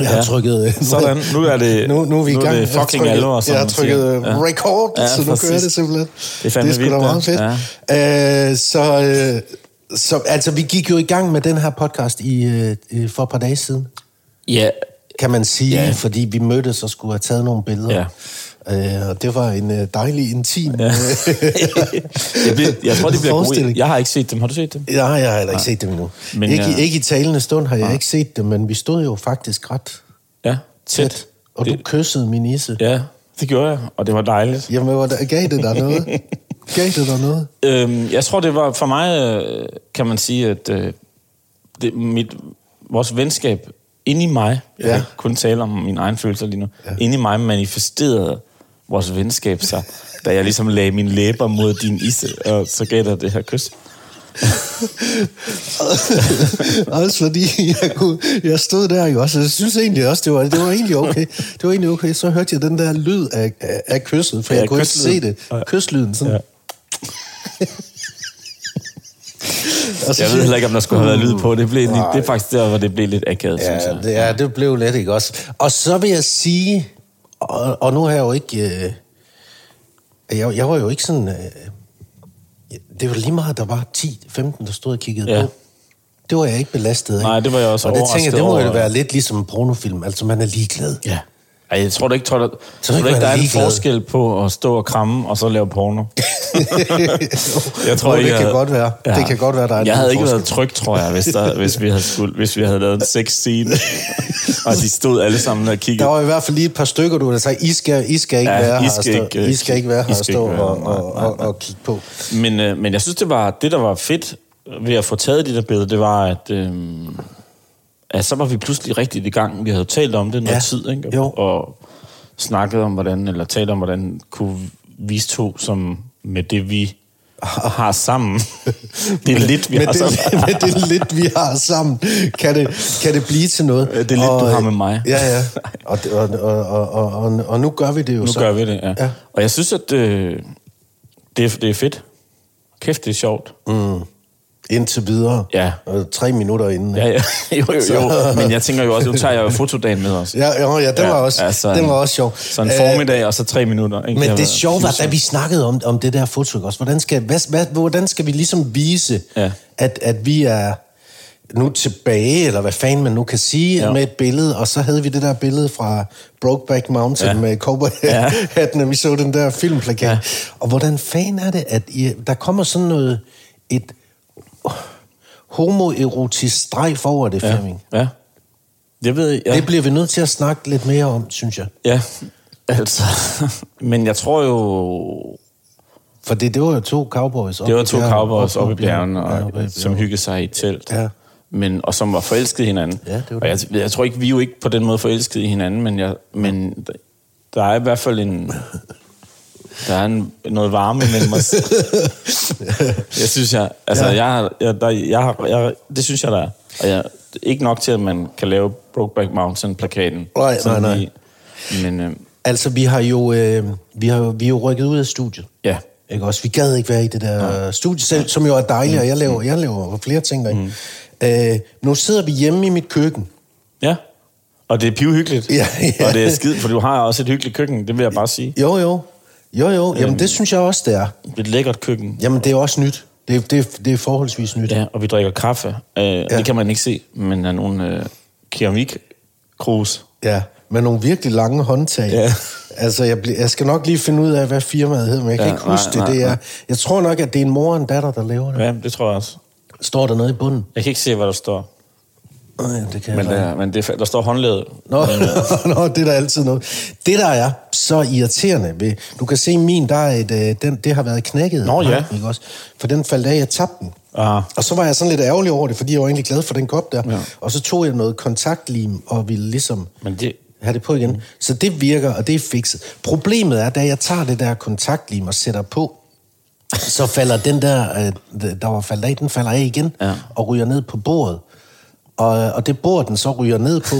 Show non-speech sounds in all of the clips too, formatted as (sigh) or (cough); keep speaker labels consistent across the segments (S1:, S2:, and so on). S1: Jeg har
S2: Ja.
S1: trykket... øh,
S2: Sådan, nu er det-
S1: Nu, nu er vi i
S2: nu er
S1: gang.
S2: det
S1: Jeg har
S2: fucking
S1: trykket-
S2: alvor, som
S1: Jeg har
S2: man
S1: trykket
S2: siger. Ja.
S1: ja. record,
S2: Ja,
S1: ja, så nu
S2: præcis.
S1: kører det simpelthen.
S2: Det er
S1: det
S2: fandme
S1: er sgu
S2: vildt,
S1: da
S2: ja.
S1: meget fedt. Ja. Øh, så, øh, så, altså, vi gik jo i gang med den her podcast i, øh, øh, for et par dage siden,
S2: Ja,
S1: kan man sige,
S2: Ja.
S1: ja. fordi vi mødtes og skulle have taget nogle billeder. Ja. Øh, og det var en øh, dejlig, intim... Ja.
S2: (laughs) jeg, bliver, jeg tror, det bliver gode.
S1: Forestilling.
S2: Jeg har ikke set dem. Har du set dem?
S1: Nej, jeg har heller ikke set dem endnu.
S2: Men øh,
S1: Men, ikke,
S2: jeg-
S1: ja. ikke i talende stund har jeg ikke set dem, men vi stod jo faktisk ret
S2: Ja,
S1: tæt.
S2: tæt.
S1: Og du
S2: Det,
S1: kyssede min isse. Ja.
S2: ja, det gjorde jeg, og det var dejligt.
S1: Jamen, hvor der- gav det dig noget? gav det dig
S2: (laughs)
S1: noget?
S2: Øhm, jeg tror, det var for mig, øh, kan man sige, at øh, det, mit, vores venskab inde i mig, ja. jeg
S1: Ja.
S2: kan kun tale om mine egne følelser lige nu, ja. inde i mig manifesterede vores venskab sig, da jeg ligesom lagde mine læber mod din isse, og så gav dig det her kys.
S1: også fordi jeg, kunne, jeg stod der jo også, og jeg synes egentlig også, det var, det var egentlig okay. Det var egentlig okay. Så hørte jeg den der lyd af, af, af kysset, for
S2: Ja,
S1: ja, jeg kunne ikke se
S2: kyslyden.
S1: det. Kyslyden sådan.
S2: Ja.
S1: Ja. og så
S2: Jeg ved
S1: siger-
S2: heller ikke, om der skulle have været lyd på. Det, blev lidt,
S1: Nej.
S2: det er faktisk der, hvor det blev lidt akavet, ja, synes
S1: Ja,
S2: jeg.
S1: det, ja, det blev let, ikke også? Og så vil jeg sige, og, og nu har jeg jo ikke... Øh, jeg, jeg var jo ikke sådan... Øh, det var lige meget, der var 10-15, der stod og kiggede
S2: Ja.
S1: ja. på. Det var jeg ikke belastet af.
S2: Nej, det var jeg også
S1: Og det tænker jeg, det må
S2: overrasket
S1: jo
S2: over.
S1: være lidt ligesom en pornofilm. Altså, man er
S2: (laughs)
S1: ligeglad.
S2: Ja. Ej, jeg tror da ikke, tror, der, tror,
S1: ikke,
S2: tror ikke,
S1: man
S2: der
S1: er
S2: er en
S1: ligeglad.
S2: forskel på at stå og kramme, og så lave
S1: (laughs)
S2: porno. Jeg tror
S1: Nå,
S2: ikke,
S1: det
S2: jeg
S1: kan
S2: havde-
S1: godt være. Ja. Det kan godt være, der er en
S2: Jeg havde ikke
S1: forskel.
S2: været tryg, tror jeg, hvis, der, hvis, vi havde skulle, hvis vi havde lavet en sex scene.
S1: (laughs)
S2: og de stod alle sammen og
S1: Der
S2: kiggede.
S1: var i hvert fald lige et par stykker, du der sagde, I skal, I skal ikke
S2: Ja,
S1: være
S2: I
S1: her
S2: skal
S1: og
S2: ikke, øh,
S1: stå, I skal ikke være
S2: I
S1: her og
S2: skal
S1: stå
S2: ikke være
S1: og,
S2: her.
S1: og,
S2: Nej, nej,
S1: og, og kigge på.
S2: Men, øh, men jeg synes, det, var, det, der var fedt ved at få taget de der billeder, det var, at, øh, at så var vi pludselig rigtigt i gang. Vi havde jo talt om det noget
S1: Ja.
S2: tid, ikke?
S1: Jo.
S2: og snakket om, hvordan, eller talt om, hvordan kunne vi to, som med det, vi har
S1: (laughs)
S2: sammen. Det er lidt, vi
S1: med
S2: har
S1: det,
S2: sammen.
S1: (laughs) Med det lidt, vi har sammen, kan det, kan det blive til noget.
S2: Øh, det er lidt, du har med mig.
S1: Ja, ja. Og, det- og, og, og, og, og, og nu gør vi det jo
S2: Nu
S1: så.
S2: gør vi det, ja. ja.
S1: Ja.
S2: Og jeg synes, at øh, det, er- det er fedt. Kæft, det er sjovt.
S1: Mm. Indtil videre.
S2: Ja.
S1: Og tre minutter inden.
S2: Ja, (laughs) ja. Jo, jo,
S1: (laughs) Så-
S2: jo. Men jeg tænker jo også, nu tager jeg jo fotodagen med os.
S1: Ja, jo, ja, det var også, ja, den var også sjov.
S2: Så en
S1: Øh,
S2: formiddag, og så tre minutter. Ikke?
S1: Men det
S2: var-
S1: sjove var, da vi snakkede om, om det der foto, ikke også, hvordan skal, hvad, hvad, hvordan skal vi ligesom vise,
S2: Ja.
S1: ja. at, at vi er nu tilbage, eller hvad fanden man nu kan sige,
S2: Ja.
S1: ja. med et billede, og så havde vi det der billede fra Brokeback Mountain
S2: Ja.
S1: ja. med
S2: Ja.
S1: cowboyhatten, ja. og vi så den der filmplakat.
S2: Ja.
S1: Ja. Og hvordan fanden er det, at I, der kommer sådan noget, et homoerotisk strejf over det, ja. Flemming.
S2: Ja. ja. Jeg ved, ja.
S1: Ja. Det bliver vi nødt til at snakke lidt mere om, synes jeg.
S2: ja. Altså, (laughs) men jeg tror jo,
S1: For det, det var jo to cowboys.
S2: det
S1: oppe
S2: var
S1: i
S2: to
S1: bjergene.
S2: cowboys oppe i bjergene,
S1: Ja, oppe i
S2: og,
S1: bjergene.
S2: som hyggede sig i et telt.
S1: Ja.
S2: Men, og som var forelskede i hinanden.
S1: Ja, det var
S2: og jeg, jeg tror ikke, vi er jo ikke på den måde forelskede i hinanden, men, jeg, men der er i hvert fald en... Der er en, noget varme mellem
S1: (laughs)
S2: os. jeg synes, jeg... Altså, ja.
S1: Ja.
S2: jeg, har- jeg, der, jeg, har- jeg, det synes jeg, der er. Og jeg, ikke nok til, at man kan lave Brokeback Mountain-plakaten.
S1: Nej,
S2: Sådan
S1: nej, nej.
S2: lige. Men øh,
S1: Altså, vi har jo øh, vi har, vi er jo rykket ud af studiet.
S2: ja,
S1: Ikke også? Vi gad ikke være i det der ja. studie selv, som jo er dejligt,
S2: Mm.
S1: og jeg laver, jeg laver flere ting derinde. Mm. Øh, nu sidder vi hjemme i mit køkken.
S2: Ja. Og det er pivhyggeligt.
S1: Ja, ja.
S2: Og det er skidt, for du har også et hyggeligt køkken, det vil jeg bare sige.
S1: Jo, jo. Jo, jo.
S2: Øhm.
S1: Jamen, det synes jeg også, det er.
S2: Et lækkert køkken.
S1: Jamen, det er også nyt. Det, er- det, er- det er forholdsvis nyt.
S2: Ja, og vi drikker kaffe. Øh, ja. Det kan man ikke se, men der er nogle øh, keramikkrus.
S1: Ja, med nogle virkelig lange håndtag.
S2: Ja.
S1: Altså, jeg, bl- jeg skal nok lige finde ud af, hvad firmaet hedder, men jeg kan
S2: Ja,
S1: ja, ikke huske
S2: nej,
S1: nej, det.
S2: nej,
S1: det er,
S2: nej.
S1: jeg tror nok, at det er en mor og en datter, der laver det.
S2: Ja, det tror jeg også.
S1: Står der nede i bunden?
S2: Jeg kan ikke se, hvad der står.
S1: Øh, ja, det kan
S2: Men, øh,
S1: jeg da-
S2: der, men det, er- der står håndled.
S1: Nå, (laughs) nå, det er der altid noget. Det, der er så irriterende ved... Du kan se min, der er et, øh, den, det har været knækket.
S2: Nå, ja.
S1: Ikke også? For den faldt af, jeg tabte den.
S2: Ah.
S1: Og så var jeg sådan lidt ærgerlig over det, fordi jeg var egentlig glad for den kop der.
S2: Ja.
S1: Og så tog jeg noget kontaktlim og ville ligesom
S2: Men det,
S1: have det på igen. Mm. Så det virker, og det er fikset. Problemet er, da jeg tager det der kontaktlim og sætter på, så falder den der, øh, der var faldet af, den falder af igen
S2: Ja.
S1: og ryger ned på bordet. Og, og det bord, den så ryger ned på,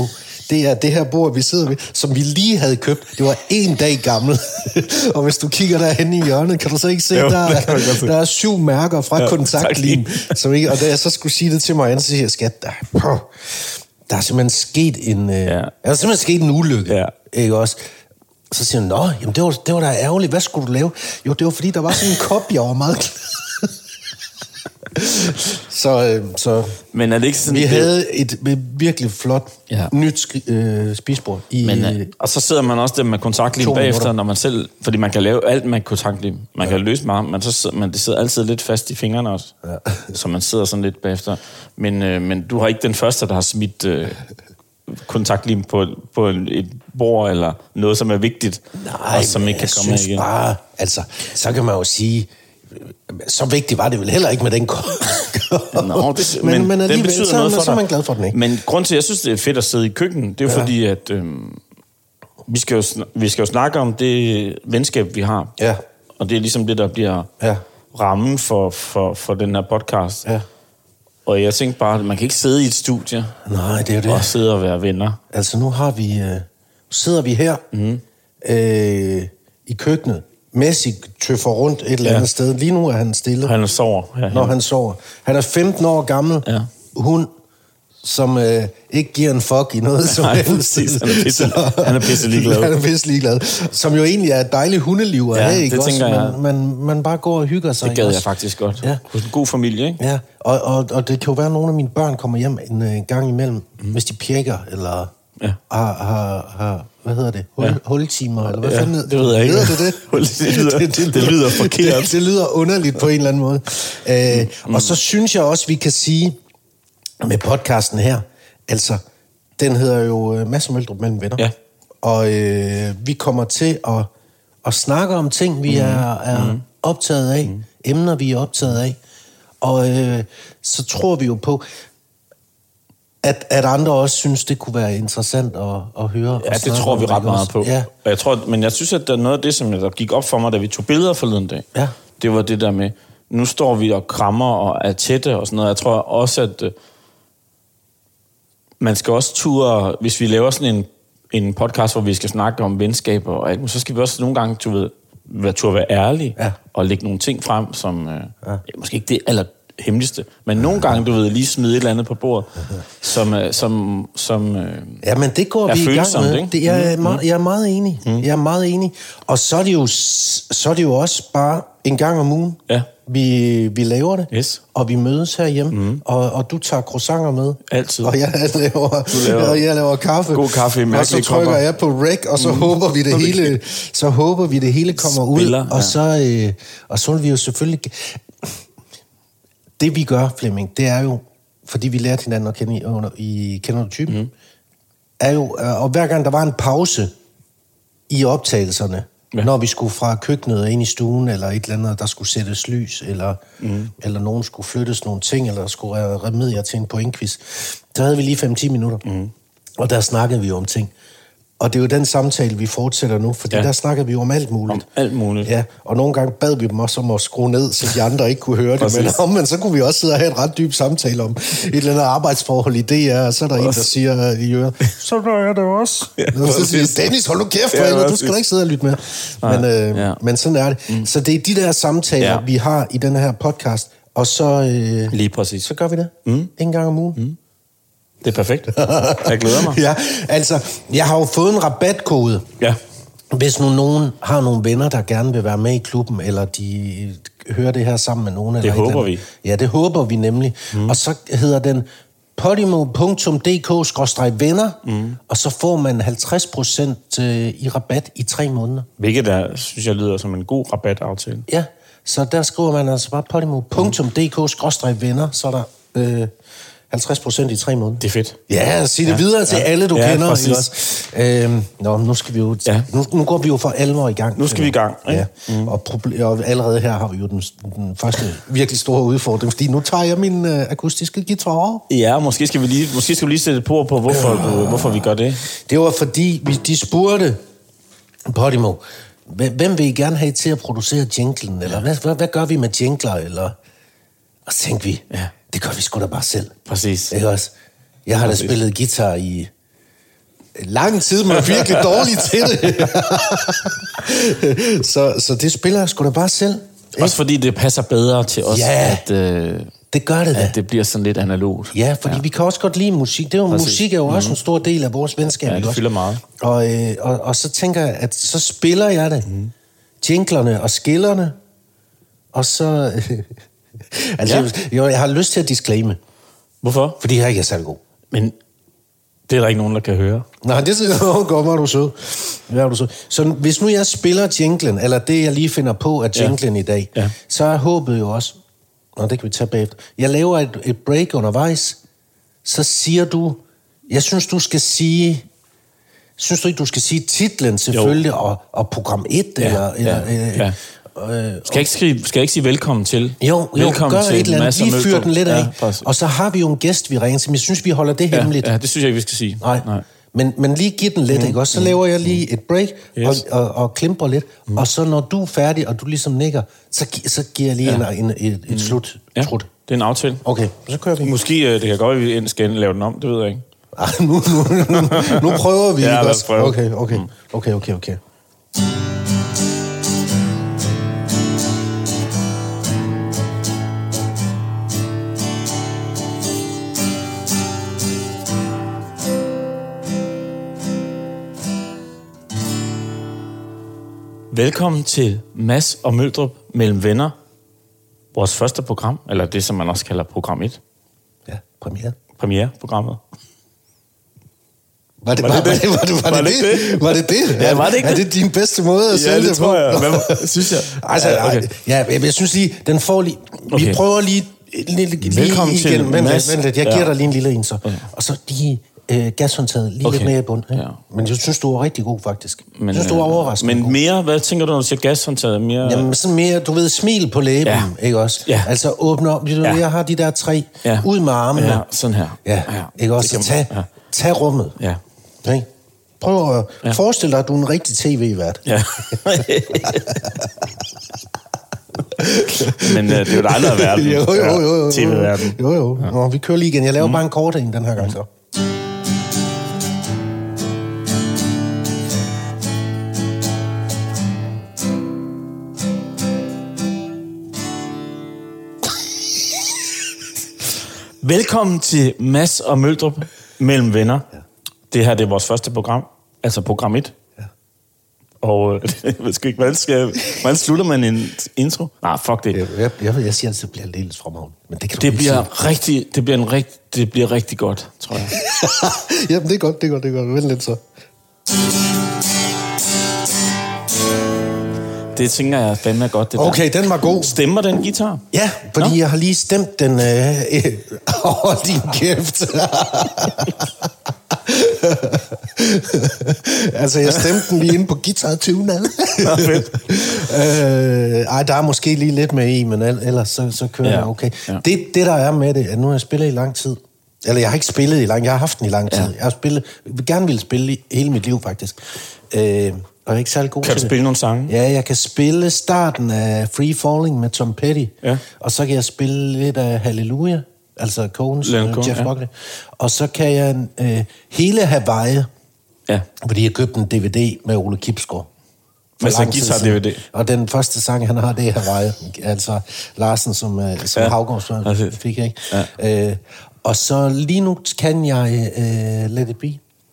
S1: det er det her bord, vi sidder ved, som vi lige havde købt. Det var en dag gammel. (laughs) og hvis du kigger derhen i hjørnet, kan du så ikke se,
S2: Jo,
S1: jo, der,
S2: det kan man godt se.
S1: er, der er syv mærker fra
S2: Ja,
S1: ja, kontaktlim.
S2: tak.
S1: Som ikke, og da jeg så skulle sige det til mig, så siger jeg, skat, ej, puh, der er simpelthen sket en, øh, ja. der er simpelthen sket en ulykke.
S2: Ja.
S1: Ikke også? Så siger hun, nå, jamen det var, det var da ærgerligt, hvad skulle du lave? Jo, det var fordi, der var sådan en kop, jeg var meget glad. (laughs) så, øh, så
S2: Men er det ikke sådan...
S1: vi
S2: det-
S1: havde et virkelig flot
S2: Ja.
S1: ja. nyt sk- øh, spisbord i...
S2: Men,
S1: Men,
S2: øh, og så sidder man også der med kontaktlim
S1: To
S2: bagefter,
S1: minutter.
S2: når man selv... Fordi man kan lave alt med kontaktlim. Man ja. kan løse meget, men så sidder, man, det sidder altid lidt fast i fingrene også. Ja. (laughs) Så man sidder sådan lidt bagefter. Men, øh, men du har ikke den første, der har smidt øh, kontaktlim på, på en, et bord, eller noget, som er vigtigt,
S1: nej,
S2: og som
S1: men
S2: ikke kan
S1: jeg
S2: komme af
S1: synes
S2: igen.
S1: bare, altså, så kan man jo sige, øh, så vigtigt var det vel heller ikke med den kop.
S2: Nå, det,
S1: men, men, men
S2: den
S1: alligevel,
S2: betyder
S1: så, er
S2: noget
S1: man-
S2: for
S1: så er
S2: dig.
S1: man glad for den, ikke?
S2: Men grund til, at jeg synes, det er fedt at sidde i køkkenet, det er jo ja.
S1: Ja.
S2: fordi, at øh, vi, skal jo, sn- vi skal jo snakke om det venskab, vi har.
S1: Ja.
S2: Og det er ligesom det, der bliver
S1: Ja.
S2: rammen for, for, for den her podcast.
S1: Ja.
S2: Og jeg tænkte bare, at man kan ikke sidde i et studie
S1: Nej, det er jo det.
S2: og sidde og være venner.
S1: Altså nu har vi, øh, nu sidder vi her
S2: Mhm.
S1: mm. øh, i køkkenet. Messi tøffer rundt et eller
S2: Ja.
S1: andet sted. Lige nu er han stille, han,
S2: Han sover herhen.
S1: når han sover. Han er 15 år gammel.
S2: Ja.
S1: Hun, som øh, ikke giver en fuck i
S2: (laughs)
S1: noget som
S2: Nej,
S1: helst.
S2: præcis.
S1: (laughs)
S2: Han er pisse- han er pisse ligeglad.
S1: han er pisse ligeglad. Som jo egentlig er et dejligt hundeliv at
S2: Ja,
S1: have, ikke
S2: det tænker
S1: også?
S2: jeg.
S1: Man, man, man bare går og hygger sig.
S2: Det gad
S1: ikke
S2: jeg
S1: også?
S2: faktisk godt.
S1: Ja.
S2: Hos en god familie, ikke?
S1: Ja, og, og, og det kan jo være, at nogle af mine børn kommer hjem en øh, gang imellem,
S2: Mhm.
S1: mm. hvis de pjekker, eller
S2: Ja.
S1: har, har, har, hvad hedder det, hul,
S2: Ja.
S1: ja. hultimer, eller hvad
S2: Ja,
S1: fanden
S2: det ved jeg ikke.
S1: Hedder det (laughs) det?
S2: (laughs) Hultimer. Det lyder forkert.
S1: Det, det lyder underligt på en eller anden måde. Øh, mm. Og så synes jeg også, vi kan sige med podcasten her, altså, den hedder jo øh, Mads og Møldrup mellem venner.
S2: Ja.
S1: Og øh, vi kommer til at, at snakke om ting, vi mm. er, er mm. optaget af, mm. emner, vi er optaget af. Og øh, så tror vi jo på, at, at andre også synes, det kunne være interessant at, at høre.
S2: Ja, det tror vi ret meget på.
S1: Ja,
S2: Og jeg tror, men jeg synes, at der er noget af det, som der gik op for mig, da vi tog billeder forleden dag.
S1: Ja.
S2: Det var det der med, nu står vi og krammer og er tætte og sådan noget. Jeg tror også, at øh, man skal også ture, hvis vi laver sådan en, en podcast, hvor vi skal snakke om venskaber og alt, muligt, så skal vi også nogle gange, du ved, være, turde være ærlige
S1: Ja.
S2: og lægge nogle ting frem, som øh, ja. måske ikke det aller hemmeligste, men nogle gange, du ved, lige smide et eller andet på
S1: (laughs)
S2: bordet, som, øh, som, som øh,
S1: Ja, men det går
S2: Er
S1: vi i gang
S2: følsomt,
S1: med.
S2: ikke? Mm.
S1: Det, jeg, er meget, jeg er meget enig. Jeg er meget enig. Og så er det jo, s- så er det jo også bare en gang om ugen,
S2: Ja.
S1: vi, vi laver det.
S2: Yes.
S1: Og vi mødes herhjemme, mm. og, og du tager croissanter med.
S2: Altid.
S1: Og jeg laver,
S2: laver-
S1: laver, og jeg laver kaffe.
S2: God kaffe i
S1: Og så
S2: mærkelige
S1: trykker
S2: kopper.
S1: jeg på rec, og så mm. håber vi det hele, så håber vi det hele kommer
S2: Spiller,
S1: ud. Og
S2: ja.
S1: så, øh, og så vil vi jo selvfølgelig... Det vi gør, Flemming, det er jo, fordi vi lærte hinanden at kende i, under, i Kender du typen,
S2: Mhm.
S1: mm. er jo, øh, og hver gang der var en pause i optagelserne,
S2: Ja.
S1: ja. når vi skulle fra køkkenet og ind i stuen, eller et eller andet, der skulle sættes lys, eller,
S2: Mhm.
S1: mm. eller nogen skulle flyttes nogle ting, eller der skulle re- remedier til en pointquiz, der havde vi lige 5-10 minutter,
S2: Mhm.
S1: mm. og der snakkede vi om ting. Og det er jo den samtale, vi fortsætter nu, fordi
S2: Ja.
S1: ja. der snakkede vi jo om alt muligt.
S2: Om alt muligt.
S1: Ja, og nogle gange bad vi dem også om at skrue ned, så de andre ikke kunne høre det.
S2: Præcis.
S1: men, om, men så kunne vi også sidde og have en ret dyb samtale om et eller andet arbejdsforhold i DR, og så er der en, der siger øh, i øret, så gør jeg det også.
S2: Ja,
S1: Ja, og så siger
S2: præcis.
S1: jeg, Dennis, hold nu kæft,
S2: Ja,
S1: ja, eller, du
S2: præcis.
S1: skal da ikke sidde og lytte med.
S2: Nej,
S1: Men, øh,
S2: ja.
S1: ja. men sådan er det. Mm. Så det er de der samtaler,
S2: Ja.
S1: ja. vi har i den her podcast, og så, øh,
S2: Lige præcis.
S1: så gør vi det. Mm. En gang om ugen. Mm.
S2: Det er perfekt. Jeg glæder mig.
S1: (laughs) ja, altså, jeg har jo fået en rabatkode.
S2: Ja.
S1: Hvis nu nogen har nogle venner, der gerne vil være med i klubben, eller de hører det her sammen med nogen. Eller et
S2: håber
S1: eller andet.
S2: vi.
S1: Ja, det håber vi nemlig. Mm. Og så hedder den podimo.dk-venner, mm. og så får man 50% øh, i rabat i tre måneder.
S2: Hvilket der, synes jeg, lyder som en god rabataftale.
S1: Ja, så der skriver man altså bare podimo.dk-venner, så er der øh, 50% i tre måneder.
S2: Det er fedt.
S1: Ja, sig det
S2: Ja,
S1: ja, videre til
S2: ja.
S1: ja, alle, du
S2: Ja,
S1: kender.
S2: præcis.
S1: ikke også? Øhm, nå, men nu skal vi jo...
S2: Ja.
S1: Ja. Nu, nu går vi jo for alvor i gang.
S2: Nu skal vi i gang, ikke?
S1: Ja. Mm. Og, proble- og allerede her har vi jo den, den første virkelig store udfordring, fordi nu tager jeg min øh, akustiske guitar.
S2: Ja, måske skal vi lige, måske skal vi lige sætte et på, på hvorfor, du, hvorfor vi gør det.
S1: Det var fordi, vi, de spurgte Podimo, "Hvem- hvem vil I gerne have til at producere jinglen? Eller hvad, hvad, hvad gør vi med jingler? Eller... Og så tænkte vi,
S2: Ja.
S1: ja. det gør vi sgu da bare selv.
S2: Præcis.
S1: Ikke også? Jeg har da
S2: Præcis.
S1: spillet guitar i lang tid, men er virkelig dårlig til det. (laughs) så, så det spiller jeg sgu da bare selv.
S2: Også fordi det passer bedre til os, Ja. at øh,
S1: Det gør det da.
S2: at det bliver sådan lidt analogt.
S1: Ja, fordi ja. vi kan også godt lide musik. Det er jo,
S2: Præcis. Mhm.
S1: musik er jo også en stor del af vores venskab.
S2: Ja,
S1: ikke
S2: det
S1: også?
S2: fylder meget.
S1: Og, øh, og, og så tænker jeg, at så spiller jeg det. Mm. Jinglerne og skillerne. Og så... (laughs) Øh, altså,
S2: Ja.
S1: ja. jeg, jeg har lyst til at disclaime,
S2: Hvorfor?
S1: fordi her er ikke jeg særlig god.
S2: Men det er der ikke nogen, der kan høre.
S1: Nej, det (laughs) synes jeg godt, hvor er du sød. Hvor er du sød. Så hvis nu jeg spiller jinglen, eller det, jeg lige finder på af jinglen ja. i dag,
S2: Ja.
S1: ja. så er håbet jo også, og det kan vi tage bagefter, jeg laver et, et break undervejs, så siger du, jeg synes, du skal sige, synes du ikke, du skal sige titlen selvfølgelig, og, og program 1, ja. eller... eller
S2: ja,
S1: øh,
S2: ja.
S1: Øh,
S2: Skal jeg ikke, skrive, skal jeg ikke sige velkommen til?
S1: jo, jo gør
S2: velkommen
S1: et eller andet.
S2: Mads og
S1: Lige fyr
S2: Mølgaard.
S1: den lidt af.
S2: Ja, præcis.
S1: og så har vi jo en gæst, vi ringer til, men jeg synes, vi holder det hemmeligt.
S2: ja, ja, det synes jeg ikke, vi skal sige.
S1: Nej. Nej. Men, men lige giv den lidt, mm. ikke også? Så laver jeg lige et break
S2: Yes.
S1: yes. og, og, og klimper lidt. Mm. Og så når du er færdig, og du ligesom nikker, så, gi- så giver jeg lige ja. en, en, et, et mm. slut.
S2: Ja,
S1: Ja.
S2: det er en aftale.
S1: Okay, så kører vi.
S2: Måske, øh, det kan godt være, at vi skal lave den om, det ved jeg ikke.
S1: Ah, nu, nu, nu, nu prøver vi,
S2: Ja,
S1: ikke
S2: lad os
S1: også?
S2: prøve.
S1: Okay, okay, okay, okay, okay.
S2: Velkommen til Mads og Møldrup mellem venner. Vores første program, eller det, som man også kalder program 1.
S1: Ja, premiere.
S2: Premiereprogrammet.
S1: Var det, var, det, var, det, var, det, var, det, det? Var det det?
S2: Ja, var det ikke
S1: er, er
S2: det?
S1: det din bedste måde at sælge det på? (laughs)
S2: Hvad, synes jeg?
S1: Altså,
S2: Ja,
S1: okay. ja, jeg, jeg synes lige, den får lige... Okay.
S2: Okay.
S1: Vi prøver lige... lige, lige
S2: Velkommen
S1: igen.
S2: til
S1: Vent
S2: Mads.
S1: lidt, vent lidt. Jeg
S2: Ja.
S1: giver dig lige en lille en så. Og så lige øh, gashåndtaget lige
S2: Okay.
S1: lidt mere i bunden. Ja.
S2: Ja.
S1: Men jeg synes, du var rigtig god, faktisk. Men, jeg synes, du var
S2: øh,
S1: overraskende
S2: Men
S1: god.
S2: mere, hvad tænker du, når du siger gashåndtaget? Mere, Jamen,
S1: Jamen, sådan mere, du ved, smil på læben,
S2: Ja.
S1: ja. ikke også?
S2: Ja.
S1: Altså, åbne op. Du,
S2: Ja.
S1: ja. Jeg har de der tre.
S2: Ja.
S1: Ja. Ud med armene.
S2: ja,
S1: Ja.
S2: sådan her.
S1: ja. Ikke også? Så
S2: Det kan
S1: tag,
S2: man-
S1: ja. tag rummet. Ja.
S2: Ja.
S1: Okay. Prøv at ja. forestille dig, at du er en rigtig tv-vært. (laughs)
S2: ja. Men øh, det er jo dig, der
S1: (laughs)
S2: er verden.
S1: jo, jo, jo, jo, jo.
S2: Ja, TV-verden.
S1: Jo, jo. Nå, vi kører lige igen. Jeg laver mm. bare en kort en den her gang så.
S2: Velkommen til Mads og Møldrup mellem venner. Ja. Det her det er vores første program, altså program 1. Ja. Og øh, (laughs) jeg skal ikke, hvordan, skal, hvordan slutter man en intro? Nej, fuck det.
S1: Jeg, jeg, jeg, jeg siger altid, at det bliver lidt fremragende. Men det kan du
S2: Det
S1: ikke
S2: bliver rigtig, det bliver en rigt, det bliver rigtig godt, tror jeg.
S1: sige. (laughs) Jamen, det er godt, det er godt, det er godt. Vent lidt så.
S2: Det tænker jeg fandme er godt, det
S1: Okay, den var
S2: der.
S1: god.
S2: Stemmer den guitar?
S1: Ja, fordi
S2: Nå.
S1: Nå? jeg har lige stemt den... Øh, (laughs) øh, over din kæft. (laughs) altså, jeg stemte den lige inde på guitar tunen
S2: (laughs)
S1: øh, Ej, der er måske lige lidt med i, men el- ellers så, så kører
S2: Ja,
S1: ja. jeg okay.
S2: ja.
S1: Ja. Det, det, der er med det, at nu har jeg spillet i lang tid. Eller jeg har ikke spillet i lang jeg har haft den i lang tid.
S2: Ja.
S1: Ja. Jeg har spillet, jeg gerne ville spille i hele mit liv, faktisk. Øh, og jeg er ikke særlig god
S2: Kan du
S1: til det.
S2: spille nogle sange?
S1: Ja, jeg kan spille starten af Free Falling med Tom Petty.
S2: Ja.
S1: Og så kan jeg spille lidt af Hallelujah, altså Coens,
S2: Leonard Cohen,
S1: Jeff
S2: ja.
S1: Buckley. Og så kan jeg øh, hele Hawaii,
S2: Ja.
S1: fordi jeg købte en DVD med Ole Kipsgaard. For
S2: Altså
S1: lang tid
S2: guitar
S1: siden.
S2: DVD.
S1: Og den første sang, han har, det er Hawaii. Altså Larsen som, øh, som
S2: Ja.
S1: ja. Havgårdsmand
S2: Præcis.
S1: fik, ikke? Ja. Øh, og så lige nu kan jeg øh, Let It Be,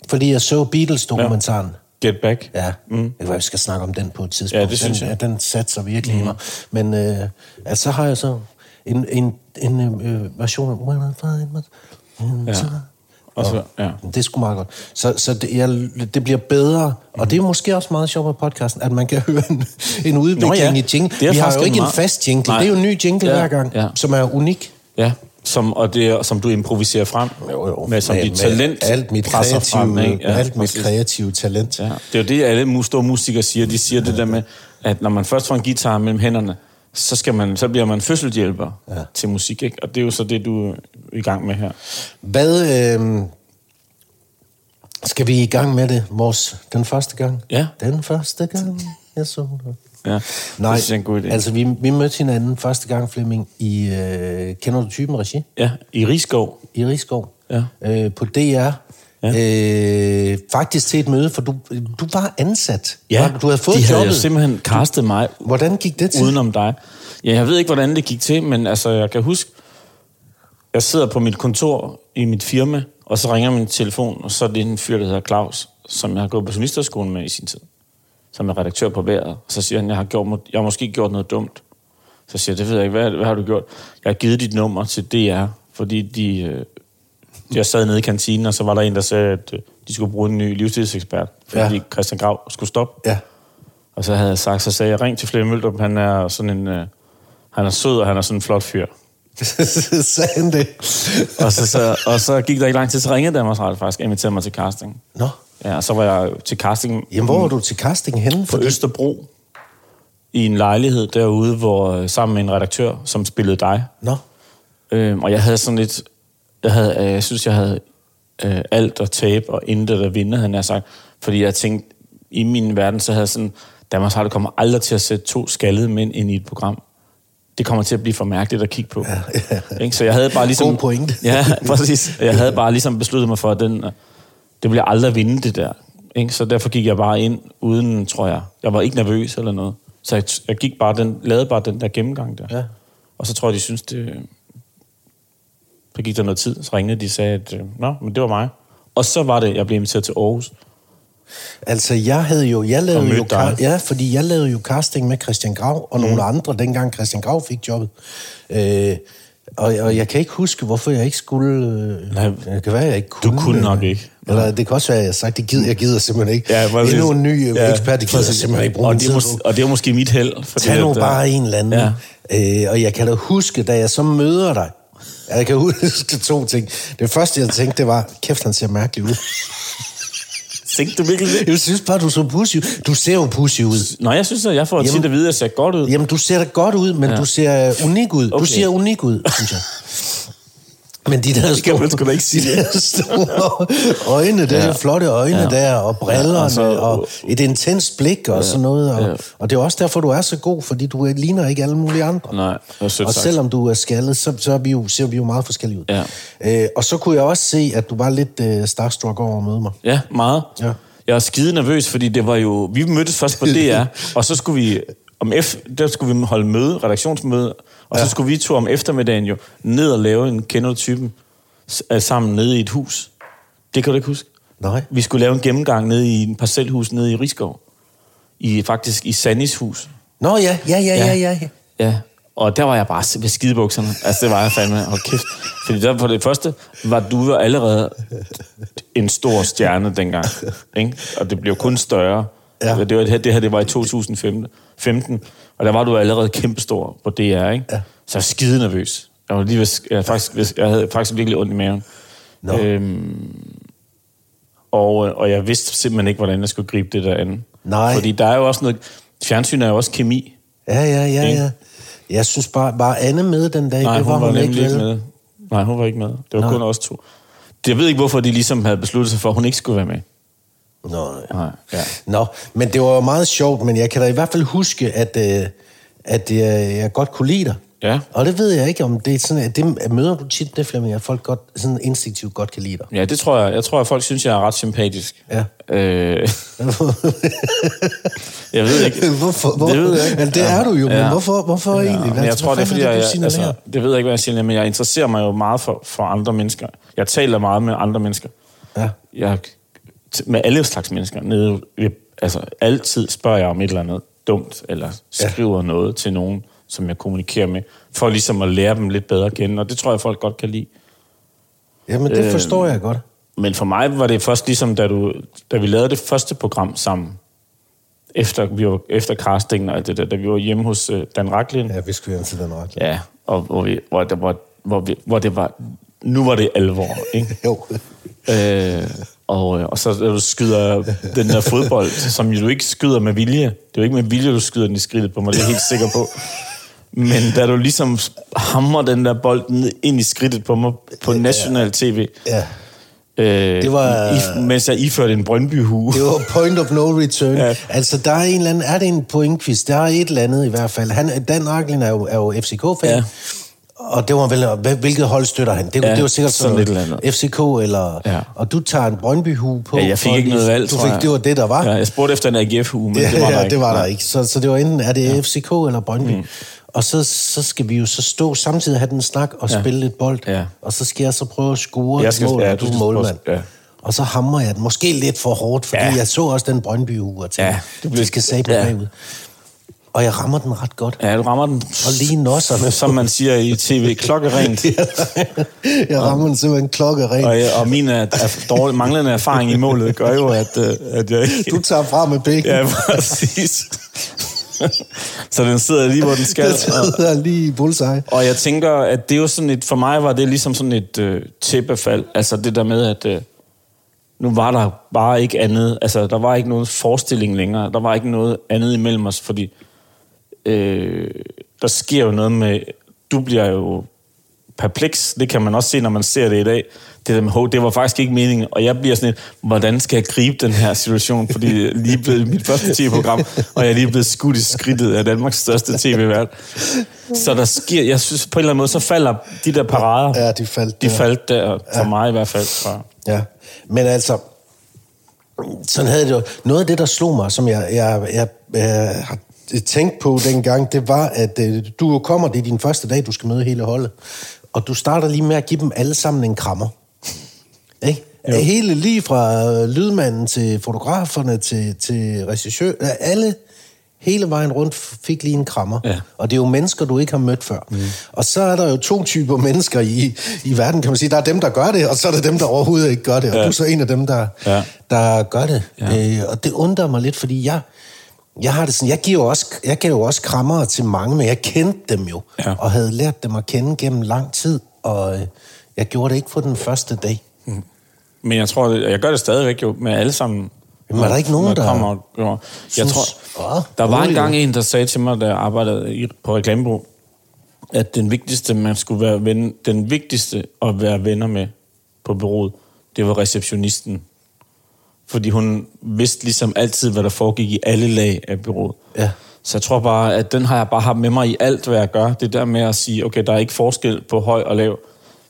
S1: fordi jeg så Beatles-dokumentaren. Ja.
S2: Get Back.
S1: Ja, mm. det kan være, vi skal snakke om den på et tidspunkt.
S2: Ja, det synes
S1: den,
S2: jeg.
S1: Den satser virkelig mm. i mig. Men øh, altså, så har jeg så en, en, en øh, version af When I Find My...
S2: Ja.
S1: Ja.
S2: Og så, ja.
S1: Det er sgu meget godt. Så, så det, jeg, det bliver bedre, og det er måske også meget sjovt med podcasten, at man kan (laughs) høre en, en udvikling
S2: ja.
S1: ja. i jingle.
S2: Det er
S1: Vi har
S2: faktisk
S1: jo ikke
S2: en
S1: en
S2: meget-
S1: fast jingle,
S2: Nej.
S1: det er jo en ny jingle
S2: Ja,
S1: hver gang,
S2: ja.
S1: som er unik.
S2: Ja, som, og det er, som du improviserer frem.
S1: Jo, jo.
S2: Med, som dit talent
S1: alt mit
S2: presser
S1: kreative,
S2: frem, ikke?
S1: ja, alt mit
S2: præcis.
S1: kreative talent.
S2: Ja. Det er jo det, alle mu- store musikere siger. De siger det der med, at når man først får en guitar mellem hænderne, så, skal man, så bliver man fødselshjælper ja. til musik, ikke? Og det er jo så det, du er i gang med her.
S1: Hvad øh, skal vi i gang med det? Vores, den første gang?
S2: Ja.
S1: Den første gang, jeg så dig.
S2: Ja,
S1: Nej,
S2: det synes jeg er en god idé.
S1: altså vi, vi mødte hinanden første gang, Flemming, i øh, Kender du typen regi?
S2: Ja, i Rigskov.
S1: I Rigskov.
S2: Ja.
S1: Øh, på DR. Ja. Øh, faktisk til et møde, for du, du var ansat. Var- Du havde fået
S2: de havde jo
S1: jobbet.
S2: simpelthen castet mig
S1: Hvordan gik det til?
S2: udenom dig. Ja, jeg ved ikke, hvordan det gik til, men altså, jeg kan huske, Jeg sidder på mit kontor i mit firma, og så ringer min telefon, og så er det en fyr, der hedder Claus, som jeg har gået på journalisterskolen med i sin tid, som er redaktør på vejret. Og så siger han, jeg har, gjort, må- jeg har måske gjort noget dumt. Så siger jeg, det ved jeg ikke, hvad, hvad har du gjort? Jeg har givet dit nummer til DR, fordi de, øh, jeg sad nede i kantinen, og så var der en, der sagde, at øh, de skulle bruge en ny livsstilsekspert, fordi
S1: Ja.
S2: ja. Christian Grav skulle stoppe.
S1: Ja. (laughs)
S2: Og så havde jeg sagt, så sagde jeg, ring til Flemming Møldrup, han er sådan en, øh, han er sød, og han er sådan en flot fyr.
S1: Sagde han det?
S2: Og så, så, og så gik der ikke lang tid, så ringede Danmarks Radio faktisk og inviterede mig til casting.
S1: Nå.
S2: Ja, og så var jeg til casting
S1: Jamen, hvor var du til casting henne?
S2: på Østerbro, i en lejlighed derude, hvor øh, sammen med en redaktør, som spillede dig.
S1: Nå.
S2: Øhm, og jeg havde sådan lidt... Jeg, havde, øh, jeg synes, jeg havde øh, alt at tabe og intet at vinde, han har sagt. Fordi jeg tænkte, i min verden, så havde jeg sådan... Danmarks Radio kommer aldrig til at sætte to skaldede mænd ind i et program. Det kommer til at blive for mærkeligt at kigge på.
S1: ja.
S2: Ikke? Så jeg havde bare ligesom...
S1: God pointe.
S2: Ja, præcis. Jeg havde bare ligesom besluttet mig for, at den, øh, det ville jeg aldrig vinde, det der. Ikke? Så derfor gik jeg bare ind uden, tror jeg. Jeg var ikke nervøs eller noget. Så jeg, jeg gik bare den, lavede bare den der gennemgang der.
S1: Ja.
S2: Og så tror jeg, de synes, det, så gik der noget tid, så ringede de og sagde, at øh, Nå, men det var mig. Og så var det, jeg blev inviteret til Aarhus.
S1: Altså, jeg havde jo... Jeg lavede jo
S2: mødte dig. Mm.
S1: ja, fordi jeg lavede jo casting med Christian Grav og nogle andre, dengang Christian Grav fik jobbet. Øh, og, og jeg kan ikke huske, hvorfor jeg ikke skulle... Øh,
S2: Nej.
S1: det kan være, jeg ikke kunne.
S2: kunne
S1: øh,
S2: nok ikke.
S1: Eller det kan også være, at jeg har sagt, det gider, jeg gider simpelthen ikke.
S2: præcis.
S1: Endnu en ny ja, ekspert, det gider jeg
S2: præcis.
S1: simpelthen ikke bruge
S2: og
S1: min
S2: det,
S1: tid på.
S2: er mås- og det er måske mit held. Fordi
S1: Tag nu
S2: at, øh,
S1: bare en eller anden.
S2: Ja.
S1: Ja. Øh, og jeg kan da huske, da jeg så møder dig, at jeg kan (laughs) huske to ting. Det første, jeg tænkte, det var, kæft, han ser mærkelig ud. (laughs)
S2: Tænkte du virkelig det?
S1: Jeg synes bare, du så pussy ud. Du ser jo pussy ud.
S2: Nå, jeg synes, at jeg får Jamen. tit at vide, at jeg ser godt ud.
S1: Jamen, du ser da godt ud, men ja. du ser øh, unik ud. Okay. Du
S2: Okay.
S1: ser unik ud, (laughs) synes jeg. Men de der
S2: kan
S1: store,
S2: man sgu da ikke sige.
S1: de der store øjne, der ja. flotte øjne ja. der, og brillerne, ja,
S2: og
S1: altså,
S2: så-
S1: og et intenst blik og ja. sådan noget. Og, ja.
S2: Ja.
S1: og det er også derfor, du er så god, fordi du øh, ligner ikke alle mulige andre.
S2: Nej, det var sødt
S1: Og
S2: sagt.
S1: selvom du er skaldet, så, så er vi jo, ser vi jo meget forskellige ud.
S2: Ja.
S1: Øh, og så kunne jeg også se, at du var lidt øh, starstruck over at møde mig.
S2: Ja, meget.
S1: Ja.
S2: Jeg er skide nervøs, fordi det var jo... Vi mødtes først på DR, og så skulle vi... Om F, der skulle vi holde møde, redaktionsmøde, og ja. så skulle vi to om eftermiddagen jo ned og lave en kender du typen s- øh, sammen nede i et hus. Det kan du ikke huske?
S1: Nej.
S2: Vi skulle lave en gennemgang nede i en parcelhus nede i Rigskov. I, faktisk i Sannis hus.
S1: Nå ja, ja, ja, ja, ja. ja.
S2: Ja, og der var jeg bare ved skidebukserne. Altså, det var jeg fandme. Hold kæft. Fordi der for det første var du jo allerede en stor stjerne dengang. Ikke? Og det blev kun større.
S1: Ja.
S2: Ja. Det, var, det, her, det her det var i 2015, og der var du allerede kæmpestor på DR, ikke? Ja. Så jeg var skide nervøs. Jeg, var lige ved, jeg, havde faktisk, jeg havde faktisk virkelig ondt i maven.
S1: Nå.
S2: Øhm, og, øh, og jeg vidste simpelthen ikke, hvordan jeg skulle gribe det der andet.
S1: Nej.
S2: Fordi der er jo også noget... Fjernsyn er jo også kemi.
S1: Ja, ja, ja,
S2: Ikke?
S1: ja. Jeg synes bare, var Anne med den dag?
S2: Nej,
S1: det var hun,
S2: var
S1: ikke,
S2: nemlig
S1: vel?
S2: ikke med. Nej, hun var ikke med. Det var
S1: Nej.
S2: Nej. kun os to. Det- Jeg ved ikke, hvorfor de ligesom havde besluttet sig for, at hun ikke skulle være med.
S1: Nå, ja.
S2: Nej, ja.
S1: Nå, men det var jo meget sjovt, men jeg kan da i hvert fald huske, at, øh, at øh, jeg godt kunne lide dig.
S2: Ja.
S1: Og det ved jeg ikke, om det er sådan, at det møder du tit, det Flemming, at folk godt, sådan instinktivt godt kan lide dig.
S2: Ja, det tror jeg. Jeg tror, at folk synes, jeg er ret sympatisk.
S1: Ja.
S2: Øh, jeg ved
S1: (laughs)
S2: ikke.
S1: hvorfor? hvorfor?
S2: Det ved jeg ikke.
S1: Men det er du jo, men
S2: Ja.
S1: hvorfor, hvorfor
S2: (laughs)
S1: ja. egentlig?
S2: men jeg tror, det er,
S1: fanden
S2: fordi jeg,
S1: du
S2: jeg,
S1: signalerer?
S2: altså, det ved jeg ikke, hvad jeg siger, men jeg interesserer mig jo meget for, for andre mennesker. Jeg taler meget med andre mennesker. altså-
S1: Ja.
S2: Jeg, t- med alle slags mennesker. Nede, ved- altså, altid spørger jeg om et eller andet dumt, eller skriver ja. noget til nogen, som jeg kommunikerer med, for ligesom at lære dem lidt bedre at kende, og det tror jeg, folk godt kan lide.
S1: Jamen,
S2: Øh.
S1: det forstår jeg godt.
S2: Men for mig var det først ligesom, da, du, da vi lavede det første program sammen, efter, vi var, efter castingen og alt det der, da vi var hjemme hos øh, Dan Raklin.
S1: Ja, vi skulle hjem til den ret.
S2: Ja, og hvor, vi, hvor, der, hvor, hvor, vi, hvor det var... Nu var det alvor, ikke?
S1: Jo.
S2: øh, og, øh, og så øh, skyder den der fodbold, som jo du ikke skyder med vilje. Det er jo ikke med vilje, du skyder den i skridtet på mig, det er jeg helt sikker på. Men da du ligesom hammer den der bold ned ind i skridtet på mig på national tv,
S1: Ja.
S2: øh,
S1: Det var-
S2: i, mens jeg iførte en Brøndby-hue.
S1: Det var point of no return. Ja.
S2: Ja.
S1: Altså, der er en eller anden... Er det en pointquiz? Der er et eller andet i hvert fald. Han, Dan Arklin er jo, er jo FCK-fan. Ja.
S2: Ja.
S1: Og det var vel... hvad- Hvilket hold støtter han? Det, ja,
S2: Ja,
S1: det var sikkert sådan,
S2: sådan et eller andet.
S1: FCK eller...
S2: Ja.
S1: Og du tager en Brøndby-hue på.
S2: Ja, jeg fik
S1: for
S2: ikke
S1: lige-
S2: noget valg,
S1: du
S2: tror
S1: fik,
S2: jeg.
S1: Det var det, der var.
S2: Ja, jeg spurgte efter en AGF-hue, men
S1: Ja,
S2: det var der
S1: ja,
S2: ikke.
S1: det var der ikke. Så, så det var enten, er det FCK eller Brøndby? Mm. Og så, så skal vi jo så stå samtidig og have den snak og ja. spille lidt bold.
S2: Ja.
S1: Og så skal jeg så prøve at score
S2: Jeg
S1: et
S2: skal-
S1: mål,
S2: ja,
S1: og
S2: du
S1: du er
S2: skal prøve at-
S1: målmand.
S2: ja.
S1: Og så hammer jeg den. Måske lidt for hårdt, fordi
S2: Ja.
S1: ja. jeg så også den brøndby uge og tænkte,
S2: Ja,
S1: ja.
S2: du
S1: de
S2: blev-
S1: skal sæbe
S2: Ja.
S1: ja. bagud. Og jeg rammer den ret godt. (laughs)
S2: Ja, du rammer den.
S1: Og lige nosserne.
S2: Som man siger i tv,
S1: (laughs)
S2: klokkerent.
S1: jeg rammer den simpelthen klokke
S2: Og,
S1: rent.
S2: jeg- og min er, er dårlig, manglende erfaring i målet gør jo, at, øh, at jeg ikke...
S1: Du tager fra med pikken.
S2: Ja, præcis. Så den sidder lige, hvor
S1: (laughs)
S2: den skal.
S1: Jeg sidder lige i bullseye.
S2: Og jeg tænker, at det er jo sådan et, for mig var det ligesom sådan et øh, tæppefald. Altså det der med, at øh, nu var der bare ikke andet. Altså der var ikke noget forestilling længere. Der var ikke noget andet imellem os, fordi øh, der sker jo noget med, du bliver jo perpleks. Det kan man også se, når man ser det i dag. Det der med, hov, det var faktisk ikke meningen. Og jeg bliver sådan lidt, hvordan skal jeg gribe den her situation? Fordi det er lige blevet mit første tv-program, og jeg er lige blevet skudt i skridtet af Danmarks største tv-vært. Så der sker, jeg synes på en eller anden måde, så falder de der parader.
S1: Ja, de faldt øh,
S2: De
S1: der.
S2: faldt der, for mig i hvert fald. Fra.
S1: Ja, men altså, sådan havde det jo. Noget af det, der slog mig, som jeg, jeg, jeg, jeg har tænkt på dengang, det var, at øh, du jo kommer, det er din første dag, du skal møde hele holdet, og du starter lige med at give dem alle sammen en krammer. Ikke? Hele lige fra øh, lydmanden til fotograferne til, til regissør, ja, alle hele vejen rundt fik lige en krammer.
S2: Ja.
S1: Og det er jo mennesker, du ikke har mødt før. Mm. Og så er der jo to typer (laughs) mennesker i, i verden, kan man sige. Der er dem, der gør det, og så er der dem, der overhovedet ikke gør det. Og
S2: Ja.
S1: du er så en af dem, der,
S2: Ja.
S1: ja. der gør det.
S2: Ja.
S1: Ja. Øh, og det undrer mig lidt, fordi jeg, jeg har det sådan, jeg giver jo også, jeg gav jo også krammer til mange, men jeg kendte dem jo,
S2: Ja.
S1: og havde lært dem at kende gennem lang tid, og øh, jeg gjorde det ikke på den første dag.
S2: Men jeg tror, det, jeg gør det stadigvæk jo med alle sammen.
S1: Jamen, er der ikke nogen,
S2: når
S1: der
S2: kommer og gør. Jeg
S1: synes,
S2: tror,
S1: "Åh, oh,
S2: der var
S1: rolig
S2: engang en, der sagde til mig, da jeg arbejdede i, på reklamebureau, at den vigtigste, man skulle være ven, den vigtigste at være venner med på bureauet, det var receptionisten. Fordi hun vidste ligesom altid, hvad der foregik i alle lag af bureauet.
S1: Ja.
S2: Så jeg tror bare, at den har jeg bare haft med mig i alt, hvad jeg gør. Det der med at sige, okay, der er ikke forskel på høj og lav,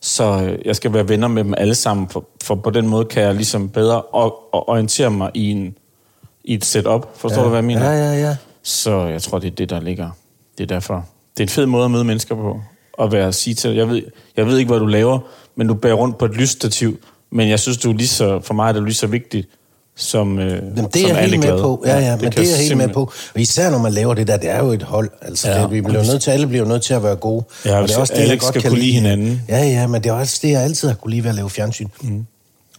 S2: så øh, jeg skal være venner med dem alle sammen, for, for på den måde kan jeg ligesom bedre o- o- orientere mig i, en, i et setup. Forstår ja. du, hvad jeg mener?
S1: Ja, ja, ja.
S2: Så jeg tror, det er det, der ligger. Det er derfor. Det er en fed måde at møde mennesker på. At være at sige til, jeg ved, jeg ved ikke, hvad du laver, men du bærer rundt på et lysstativ, men jeg synes, du er lige så, for mig er du lige så vigtig, som, øh,
S1: Jamen,
S2: som
S1: det er jeg
S2: alle
S1: helt med
S2: glade.
S1: på. Ja, ja, men det
S2: kan
S1: er jeg helt med
S2: simpelthen-
S1: på. Og især når man laver det der, det er jo et hold. Altså,
S2: Ja.
S1: ja. det, vi bliver jo nødt til, alle bliver jo nødt til at være gode.
S2: Ja,
S1: og det
S2: hvis
S1: er også det,
S2: alle
S1: jeg godt
S2: skal
S1: kan
S2: kunne lide hinanden.
S1: Ja, ja, men det er også det, jeg altid har kunne lide ved at lave fjernsyn. Mm.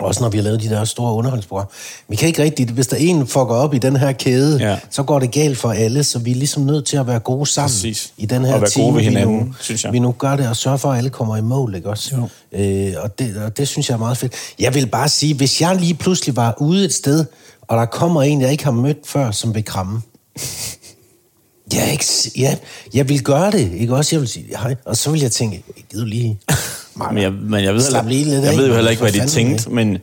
S1: Også når vi har lavet de der store underholdningsprogrammer. Vi kan ikke rigtigt, hvis der er en fucker op i den her kæde,
S2: Ja.
S1: ja. så går det galt for alle, så vi er ligesom nødt til at være gode sammen
S2: Præcis.
S1: i den her
S2: Og være
S1: time,
S2: gode ved
S1: vi
S2: hinanden,
S1: nu,
S2: synes jeg.
S1: Vi nu gør det og sørger for, at alle kommer i mål, ikke også?
S2: Jo.
S1: Øh, og, det, og det synes jeg er meget fedt. Jeg vil bare sige, hvis jeg lige pludselig var ude et sted, og der kommer en, jeg ikke har mødt før, som vil kramme, jeg, er ikke, s- ja, jeg vil gøre det, ikke også? Jeg vil sige hej, og så vil jeg tænke, gider du
S2: (laughs)
S1: lige...
S2: Men jeg, men jeg ved,
S1: Slap
S2: heller,
S1: lige lidt
S2: jeg
S1: af,
S2: ved jo
S1: mand.
S2: heller ikke,
S1: For
S2: hvad de
S1: fanden,
S2: tænkte, men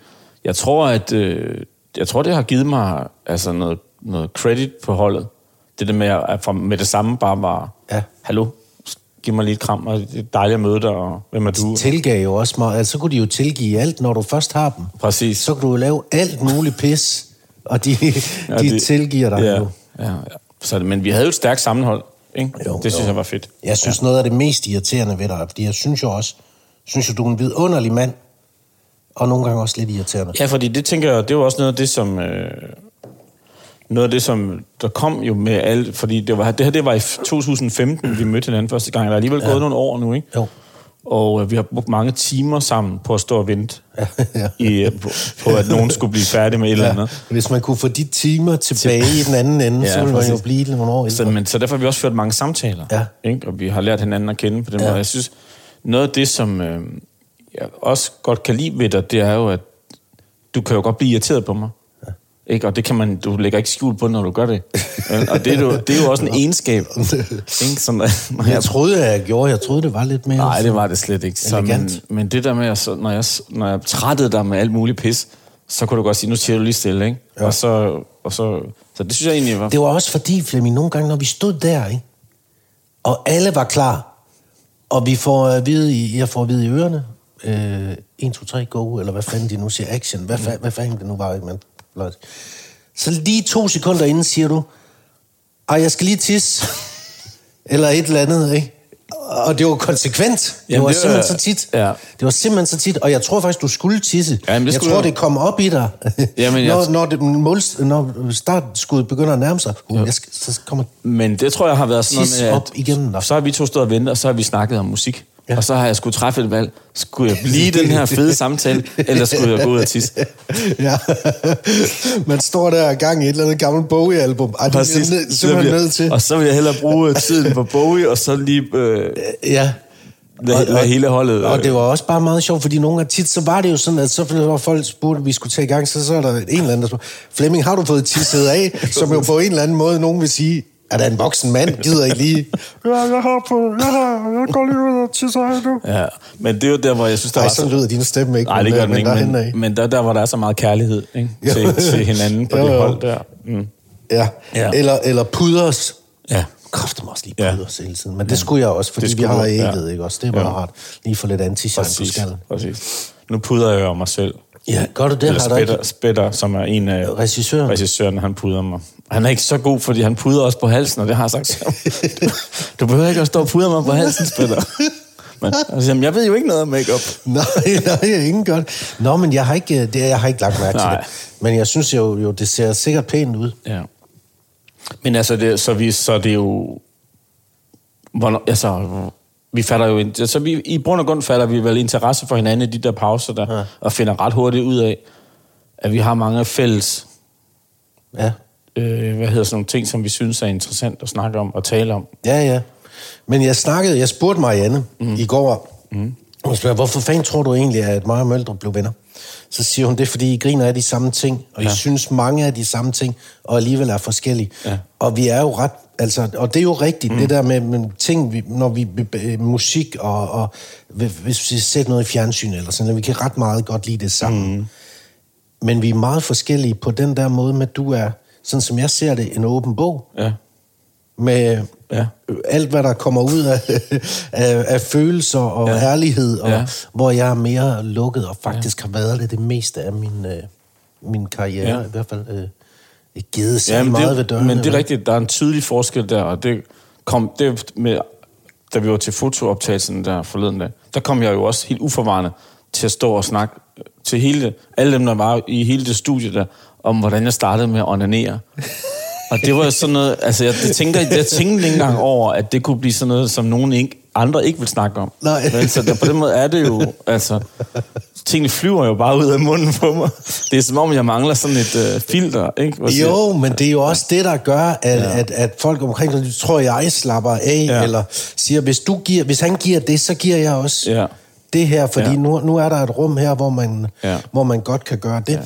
S2: jeg tror, at øh, jeg tror, det har givet mig altså noget, noget credit på holdet. Det der med, at fra, med det samme bare var,
S1: Ja.
S2: hallo, giv mig lige et kram, og det er dejligt at møde dig, og hvem er du?
S1: Tilgav jo også mig, altså så kunne de jo tilgive alt, når du først har dem.
S2: Præcis.
S1: Så kan du jo lave alt muligt pis, og de, ja, de,
S2: det-
S1: tilgiver dig
S2: ja,
S1: jo.
S2: Ja, ja. Så, men vi havde jo et stærkt sammenhold, ikke?
S1: Jo,
S2: det synes
S1: jo.
S2: jeg var fedt.
S1: Jeg synes, ja. noget af det mest irriterende ved dig, fordi jeg synes jo også, synes jo, du er en vidunderlig mand, og nogle gange også lidt irriterende.
S2: Ja, fordi det tænker jeg, det var også noget af det, som... Øh, noget af det, som der kom jo med alt, fordi det, var, det her det var i 2015, vi mødte hinanden første gang, der er alligevel ja. gået nogle år nu, ikke?
S1: Jo.
S2: Og øh, vi har brugt mange timer sammen på at stå og vente
S1: Ja. (laughs)
S2: i, øh, på, på, at nogen skulle blive færdig med et eller
S1: Ja.
S2: andet.
S1: Hvis man kunne få de timer tilbage i den anden ende,
S2: Ja,
S1: ja, så ville man jo
S2: præcis.
S1: blive lidt nogle år ældre.
S2: Så, men, så derfor har vi også ført mange samtaler,
S1: Ja.
S2: ikke? og vi har lært hinanden at kende på den ja.
S1: Ja.
S2: måde. Jeg synes, noget af det, som øh, jeg også godt kan lide ved dig, det er jo, at du kan jo godt blive irriteret på mig. Ja. Ikke? Og det kan man, du lægger ikke skjul på, når du gør
S1: (laughs)
S2: det. Vel? og det er, jo, det er jo også en egenskab. ikke? Sådan, når
S1: Jeg troede, jeg gjorde. Jeg troede, det var lidt mere...
S2: Nej, det var det slet ikke. Så, men,
S1: Elegant.
S2: men det der med, at så, når, jeg, s- når jeg trættede dig med alt muligt pis, så kunne du godt sige, nu siger du lige stille, ikke? Ja. Og, så, og så, så det synes jeg egentlig var...
S1: Det var også fordi, Flemming, nogle gange, når vi stod der, ikke? og alle var klar, og vi får at vide, i, jeg får at vide i ørerne, øh, 1, 2, 3, go, eller hvad fanden de nu siger, action, hvad, fa- hvad fanden det nu var, ikke? Man, blot. Så lige to sekunder inden siger du, ej, jeg skal lige tisse. (laughs) eller et eller andet, ikke? Og det var konsekvent. Det
S2: Jamen,
S1: var
S2: det var-
S1: simpelthen så tit.
S2: ja.
S1: Det var simpelthen så tit, og jeg tror faktisk, du skulle tisse.
S2: Jamen,
S1: jeg
S2: det skulle
S1: tror,
S2: jeg.
S1: det kom op i dig, (laughs)
S2: Jamen, jeg-
S1: når, når, det, mål, når startskuddet begynder at nærme sig. Uh, jeg skal, så kommer (laughs)
S2: Men det tror jeg har været sådan
S1: Tis
S2: noget med,
S1: op igennem.
S2: så har vi to stået og ventet, og så har vi snakket om musik.
S1: Ja.
S2: Ja. Og så har jeg skulle træffe et valg. Skulle jeg blive i den her fede samtale, eller skulle jeg gå ud og
S1: (laughs)
S2: tisse?
S1: ja. Man står der og gang i et eller andet gammelt Bowie-album. Ej, det er
S2: Præcis.
S1: nød,
S2: Så vil
S1: simpelthen
S2: jeg-
S1: nødt til.
S2: Og så vil jeg hellere bruge øh, tiden på Bowie, og så lige øh,
S1: Ja.
S2: lade, lade hele holdet... øh.
S1: Og det var også bare meget sjovt, fordi nogle gange tit, så var det jo sådan, at så når folk spurgte, at vi skulle tage i gang, så, så er der en eller anden, der spurgte, Flemming, har du fået tisset af?
S2: (laughs)
S1: Som jo på en eller anden måde, nogen vil sige, er der en voksen mand, gider ikke lige...
S3: Ja, jeg har på, jeg har, jeg går lige ud og tisser af nu.
S2: Ja, men det er jo der, hvor jeg synes, (laughs) der
S1: Nej,
S2: var så...
S1: sådan lyder din stemme ikke.
S2: Nej, det
S1: men, øh,
S2: gør den
S1: men
S2: ikke,
S1: derhenad af.
S2: men, men der, der, hvor der er så meget kærlighed ikke?
S1: Jo.
S2: Til, til hinanden på
S1: Jo,
S2: det
S1: jo.
S2: hold der. Mm.
S1: Ja.
S2: Ja.
S1: Eller, eller puders.
S2: Ja.
S1: Kræfter mig også lige
S2: Ja.
S1: puders hele tiden. Men det skulle jeg også, fordi
S2: Det
S1: vi
S2: skulle
S1: har
S2: du, ja.
S1: ægget, ikke også? Det er meget
S2: Ja.
S1: rart. Lige få lidt anti på
S2: Præcis,
S1: skallen.
S2: præcis. Nu pudrer jeg jo mig selv.
S1: Ja, gør du det?
S2: Eller
S1: Har du ikke-
S2: Spætter, Spætter, som er en af
S1: Regissøren.
S2: regissøren, han pudrer mig. Han er ikke så god, fordi han pudrer også på halsen, og det har jeg sagt til ham.
S1: (laughs)
S2: Du, du behøver ikke at stå og pudre mig på halsen, Spætter. Men jeg, siger, "Jamen, jeg ved jo ikke noget om makeup.
S1: (laughs) Nej, nej, ingen godt. Nå, men jeg har ikke, øh, det, jeg har ikke lagt mærke til
S2: Nej.
S1: det. Men jeg synes jo, jo, det ser sikkert pænt ud.
S2: Ja. Men altså, det, så, vi, så det er jo... Hvornår, altså, vi fatter jo... ind- Så vi, i bund og grund falder vi vel interesse for hinanden i de der pauser der,
S1: Ja.
S2: ja. og finder ret hurtigt ud af, at vi har mange fælles
S1: Ja,
S2: øh, hvad hedder sådan nogle ting, som vi synes er interessant at snakke om og tale om.
S1: ja, ja. Men jeg snakkede, jeg spurgte Marianne mm. i går, mm. hun spørger, hvorfor fanden tror du egentlig, at mig og Møldrup blev venner? Så siger hun, det er fordi, I griner af de samme ting, og ja. I
S2: Ja.
S1: synes mange af de samme ting, og alligevel er forskellige.
S2: Ja.
S1: Og vi er jo ret, altså, og det er jo rigtigt, mm. det der med, med ting, vi, når vi, øh, musik og, og hvis vi sætter noget i fjernsyn eller sådan, vi kan ret meget godt lide det sammen. Mm. Men vi er meget forskellige på den der måde med, at du er, sådan som jeg ser det, en åben bog.
S2: Ja.
S1: Med ja.
S2: Ja.
S1: alt, hvad der kommer ud af, af, af følelser og ja. ærlighed, og ja.
S2: Ja.
S1: hvor jeg er mere lukket og faktisk ja. har været det det meste af min, øh, min karriere. Ja.
S2: Ja.
S1: I hvert fald øh, ikke givet sig
S2: ja men,
S1: meget
S2: det,
S1: ved dørene.
S2: men det er
S1: vel?
S2: rigtigt, der er en tydelig forskel der, og det kom det med, da vi var til fotooptagelsen der forleden dag, der kom jeg jo også helt uforvarende til at stå og snakke til hele, alle dem, der var i hele det studie der, om hvordan jeg startede med at onanere. Og det var jo sådan noget, altså jeg, jeg, tænker, jeg tænkte ikke engang over, at det kunne blive sådan noget, som nogen ikke, andre ikke vil snakke om.
S1: Nej.
S2: Men, så der, på den måde er det jo, altså, tingene flyver jo bare ud af munden på mig. Det er som om, jeg mangler sådan et øh, filter, ikke? Hvor jeg siger,
S1: Jo, men det er jo også det, der gør, at, ja. at, at folk omkring dig, de tror jeg, slapper af, ja.
S2: Ja.
S1: eller siger, hvis, du giver, hvis han giver det, så giver jeg også
S2: Ja.
S1: det her, fordi ja.
S2: Ja.
S1: nu, nu er der et rum her, hvor man, ja.
S2: Ja.
S1: hvor man godt kan gøre det. Ja.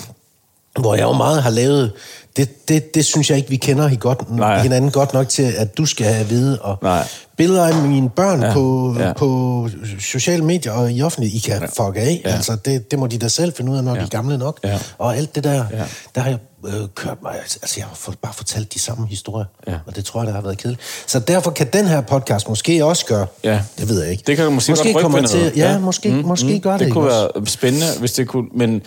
S1: Hvor jeg jo meget har lavet, det, det, det synes jeg ikke, vi kender hi- godt,
S2: Nej.
S1: hinanden godt nok til, at du skal have at vide. Og
S2: Nej.
S1: billeder af mine børn ja.
S2: Ja.
S1: På, ja.
S2: Ja.
S1: på sociale medier og i offentlighed, I kan ja. fuck af. Ja.
S2: Ja.
S1: Altså, det, det må de da selv finde ud af, når ja. de er gamle nok.
S2: Ja.
S1: Og alt det der, ja.
S2: Ja.
S1: der har jeg øh, kørt mig, altså jeg har for, bare fortalt de samme historier, ja.
S2: Ja.
S1: og det tror jeg, der har været kedeligt. Så derfor kan den her podcast måske også gøre,
S2: Ja.
S1: det ved jeg ikke.
S2: Det kan du måske,
S1: måske
S2: godt rykke
S1: kommer
S2: ved
S1: jeg til,
S2: noget.
S1: ja, ja, måske, mm, måske mm, gør det,
S2: det
S1: ikke
S2: kunne
S1: også?
S2: være spændende, hvis det kunne... Men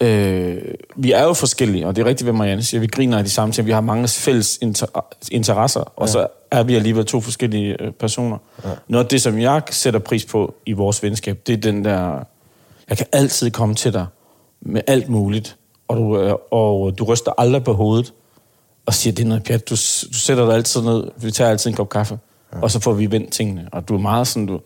S2: øh, vi er jo forskellige, og det er rigtigt, hvad Marianne siger. Vi griner af de samme ting. Vi har mange fælles inter- interesser, og så er vi alligevel to forskellige øh, personer. Ja. Noget af det, som jeg sætter pris på i vores venskab, det er den der... Jeg kan altid komme til dig med alt muligt, og du, øh, og du ryster aldrig på hovedet og siger, det er noget pjat. Du, s- du sætter dig altid ned, vi tager altid en kop kaffe, ja. og så får vi vendt tingene. Og du er meget sådan, du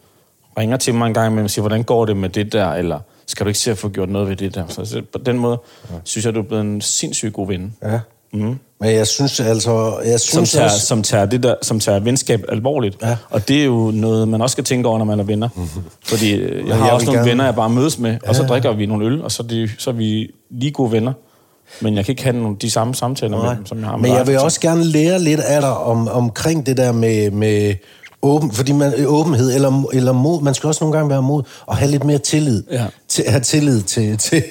S2: ringer til mig en gang imellem og siger, hvordan går det med det der, eller skal du ikke se at få gjort noget ved det der? Så så på den måde ja. synes jeg, du er blevet en sindssygt god ven,
S1: Ja. Mm. Men jeg synes altså, jeg
S2: som
S1: synes
S2: tager,
S1: også,
S2: som, tager det der, som tager venskab alvorligt.
S1: Ja.
S2: Og det er jo noget, man også skal tænke over, når man er
S1: (laughs)
S2: venner. Fordi øh, jeg har
S1: jeg
S2: også
S1: vil
S2: nogle
S1: gerne-
S2: venner, jeg bare mødes med, og så drikker vi nogle øl, og så er, det, så er vi lige gode venner. Men jeg kan ikke have nogle, de samme samtaler med dem, som jeg har med
S1: Men
S2: dig,
S1: jeg vil
S2: for eksempel.
S1: også gerne lære lidt af dig om, omkring det der med, med åben, fordi man, øh, åbenhed eller, eller mod. Man skal også nogle gange være mod og have lidt mere tillid.
S2: Ja.
S1: Til, have tillid til, til,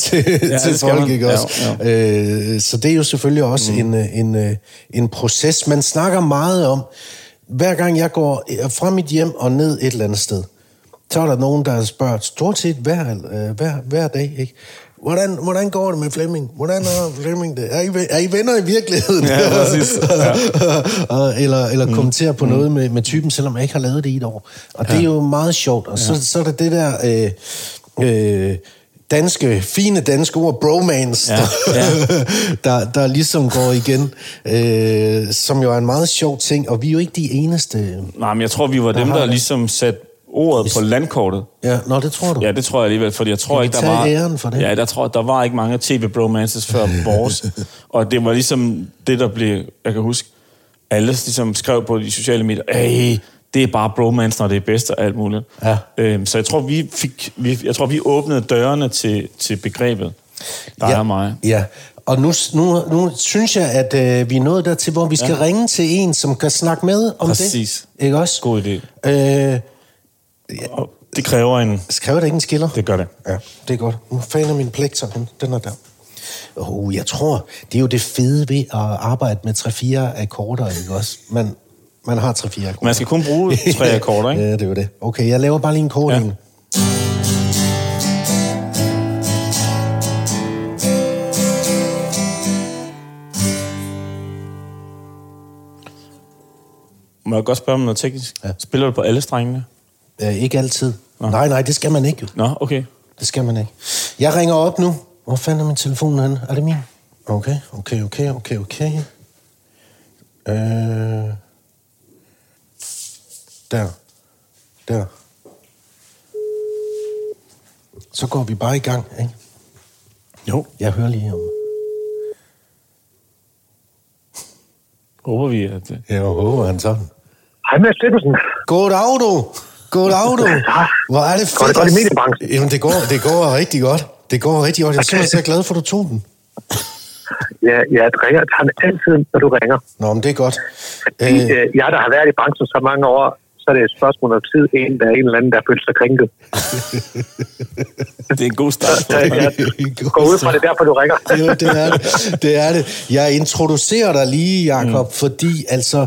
S1: til, ja,
S2: det
S1: til
S2: skal
S1: folk,
S2: man.
S1: ikke
S2: Ja,
S1: også? Øh, så det er jo selvfølgelig også mm. en, øh, en, øh, en proces. Man snakker meget om, hver gang jeg går øh, fra mit hjem og ned et eller andet sted, så er der nogen, der spørger stort set hver, øh, hver, hver dag, ikke? hvordan, hvordan går det med Flemming? Hvordan er Flemming det? Er I, ve- er I venner i virkeligheden?
S2: Ja,
S1: (laughs)
S2: præcis.
S1: Ja. eller
S2: Mm.
S1: eller kommentere på noget med, med typen, selvom jeg ikke har lavet det i et år. Og det er jo meget sjovt. Og så, så er der det der... Øh, øh, danske, fine danske ord, bromance, (laughs)
S2: Ja, ja.
S1: der, der ligesom går igen, øh, som jo er en meget sjov ting, og vi er jo ikke de eneste.
S2: Nej, men jeg tror, vi var dem,
S1: har
S2: der
S1: det.
S2: ligesom satte ordet på landkortet.
S1: Ja, nå, det tror du.
S2: Ja, det tror jeg alligevel, fordi jeg tror
S1: Kan vi
S2: ikke, der
S1: tage
S2: var...
S1: æren for det?
S2: Ja, der, tror, der var ikke mange tv-bromances før
S1: (laughs)
S2: vores. og det var ligesom det, der blev... Jeg kan huske, alle ligesom skrev på de sociale medier, Ej, det er bare bromance, når det er bedst og alt muligt.
S1: Ja.
S2: Øhm, så jeg tror, vi fik, vi, jeg tror, vi åbnede dørene til, til begrebet. Der ja. er mig.
S1: Ja, og nu, nu, nu synes jeg, at øh, vi er nået dertil, hvor vi skal ja. ringe til en, som kan snakke med om
S2: Præcis.
S1: det. Ikke også?
S2: God idé.
S1: Øh,
S2: Og det kræver en...
S1: skriver der ikke en skiller?
S2: Det gør det.
S1: Ja, det er godt. Nu fanden er min plekter, den, den er der. Oh, jeg tror, det er jo det fede ved at arbejde med 3-4 akkorder, ikke også? Man, man har 3-4 akkorder.
S2: Man skal kun bruge
S1: (laughs)
S2: tre akkorder, ikke?
S1: ja, det er jo det. Okay, jeg laver bare lige en kort
S2: Ja.
S1: ja. en.
S2: Må jeg godt spørge om noget teknisk?
S1: Ja.
S2: Spiller du på alle strengene?
S1: Ja, Øh, ikke altid.
S2: Nå.
S1: Nej, nej, det skal man ikke jo.
S2: Nå, okay.
S1: Det skal man ikke. Jeg ringer op nu. Hvor fanden er min telefon henne? Er det min? Okay, okay, okay, okay, okay. Øh... Der. Der. Så går vi bare i gang, ikke?
S2: Jo.
S1: Jeg hører lige om...
S2: Håber vi, at... øh,
S1: Jeg håber, han sådan.
S4: Hej Mads Steffensen.
S1: Goddag, du. Goddag, du. Hvor er det fedt.
S4: Går det godt i
S1: at-
S4: mediebranchen?
S1: Jamen, det går, det går rigtig godt. Det går rigtig godt. Jeg er simpelthen så glad for, at du tog den.
S4: Ja, jeg ringer, tager den altid, når du ringer.
S1: Nå, men det er godt.
S4: Fordi, øh, jeg, der har været i branchen så mange år, så er det et spørgsmål om tid, en der er en eller anden, der føler sig krænket.
S2: Det er en god start.
S4: Så jeg går ud fra det, er derfor du ringer.
S1: jo, det er det. det er det. Jeg introducerer dig lige, Jakob, mm. fordi altså...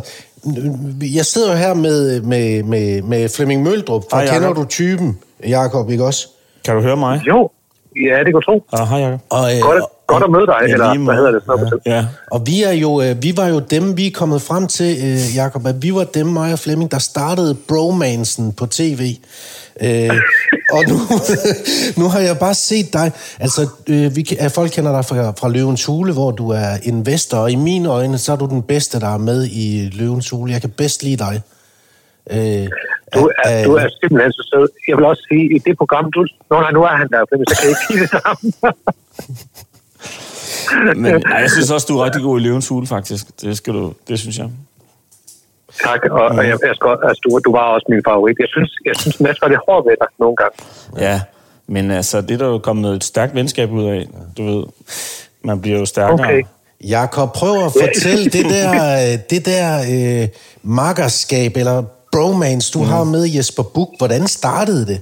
S1: Jeg sidder jo her med, med, med, med Flemming Møldrup. Fra
S2: Hej, Jakob.
S1: kender du typen, Jakob, ikke også?
S2: Kan du høre mig?
S4: Jo, ja, det kan du tro.
S2: Ja, hej Jacob.
S1: Og, øh,
S4: Godt, godt at møde dig,
S2: Ja,
S4: eller
S2: lige
S4: hvad
S2: måde.
S4: hedder det? Sådan noget.
S2: Ja,
S1: og vi, er jo, øh, vi var jo dem, vi er kommet frem til, øh, Jakob, at vi var dem, mig og Flemming, der startede bromansen på tv.
S4: (laughs)
S1: Øh, og nu, (laughs) nu har jeg bare set dig. Altså, øh, vi, kan- øh, folk kender dig fra, fra Løvens Hule, hvor du er investor, og i mine øjne, så er du den bedste, der er med i Løvens Hule. Jeg kan bedst lide dig. Øh,
S4: Du er, du er simpelthen så sød. Jeg vil også sige, i det program, du... Nå, nej, nu er han der, men så kan jeg ikke sige det
S2: (laughs)
S4: samme.
S2: men ej, jeg synes også, du er rigtig god i løvens hule, faktisk. Det, skal du, det synes jeg.
S4: tak, og, og jeg, jeg skal, altså, du, du var også min favorit. Jeg synes, jeg synes Mads var lidt hård ved dig nogle gange.
S2: Ja, men altså, det er der jo kommet et stærkt venskab ud af, du ved. Man bliver jo stærkere.
S4: Okay.
S1: Jakob, prøv at fortælle det (laughs) der, øh, det der øh, makkerskab, eller bromance, du mm. har med Jesper Buch. Hvordan startede det?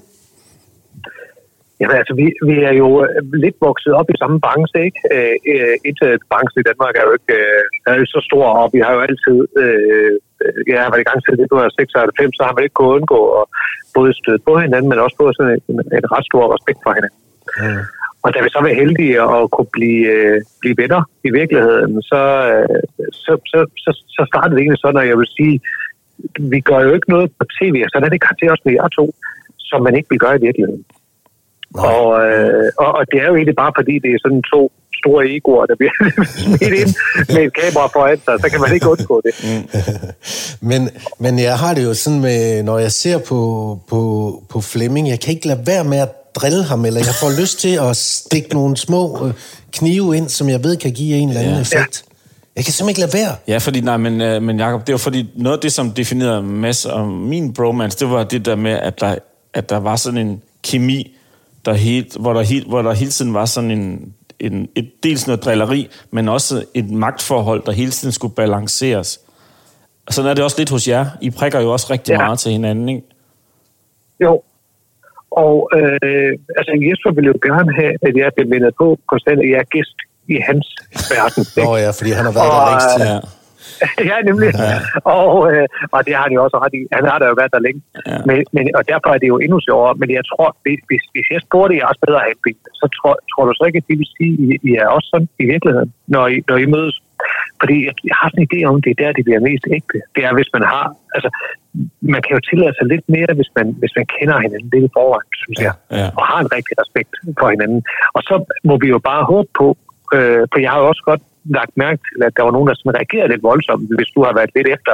S4: Jamen altså, vi, vi er jo øh, lidt vokset op i samme branche, ikke? Øh, øh, internetbranchen i Danmark er jo ikke øh, er jo ikke så stor, og vi har jo altid, øh, øh, jeg har været i gang siden 1996, så har man ikke kunnet undgå at både støde på hinanden, men også få sådan en, en ret stor respekt for hinanden.
S1: Mm.
S4: Og da vi så var heldige at kunne blive, øh, blive venner i virkeligheden, så, øh, så, så, så, så startede det egentlig sådan, at jeg vil sige, vi gør jo ikke noget på tv, og sådan er det garanteret også med jer to, som man ikke vil gøre i virkeligheden. Og, øh, og, og det er jo egentlig bare fordi, det er sådan to store egoer, der bliver (laughs) smidt ind med et kamera foran sig, så kan man ikke undgå det.
S1: men, men jeg har det jo sådan med, når jeg ser på, på, på Flemming, jeg kan ikke lade være med at drille ham, eller jeg får lyst til at stikke nogle små øh, knive ind, som jeg ved kan give en eller anden
S2: Ja.
S1: effekt. Jeg kan simpelthen ikke lade være.
S2: Ja, fordi, nej, men, øh, men Jacob, det var fordi, noget af det, som definerede Mads og min bromance, det var det der med, at der, at der var sådan en kemi, der helt, hvor, der helt, hvor der hele tiden var sådan en, en et, dels noget drilleri, men også et magtforhold, der hele tiden skulle balanceres. Og sådan er det også lidt hos jer. I prikker jo også rigtig ja.
S4: Ja.
S2: meget til hinanden, ikke?
S4: Jo. Og øh, altså, Jesper ville jo gerne have, at jeg blev mindet på konstant, at jeg er gæst i hans verden.
S1: Nå ja, fordi han har været der længst tid.
S2: Ja.
S4: (laughs) ja, nemlig. Ja. Og, øh, og det har han jo også ret i. Han har der jo været der længe. Ja. Men, men, og derfor er det jo endnu sjovere. Men jeg tror, hvis, hvis, hvis jeg spurgte jer også bedre at have en bil, så tror, tror du så ikke, at de vil sige, at I, I er også sådan i virkeligheden, når I, når I mødes? Fordi jeg har sådan en idé om, det er der, det bliver mest ægte. Det er, hvis man har... Altså, man kan jo tillade sig lidt mere, hvis man, hvis man kender hinanden lidt i forvejen, synes jeg. Ja, ja. Og har en rigtig respekt for hinanden. Og så må vi jo bare håbe på, øh, for jeg har jo også godt lagt mærke til, at der var nogen, der sådan reagerede lidt voldsomt, hvis du har været lidt efter,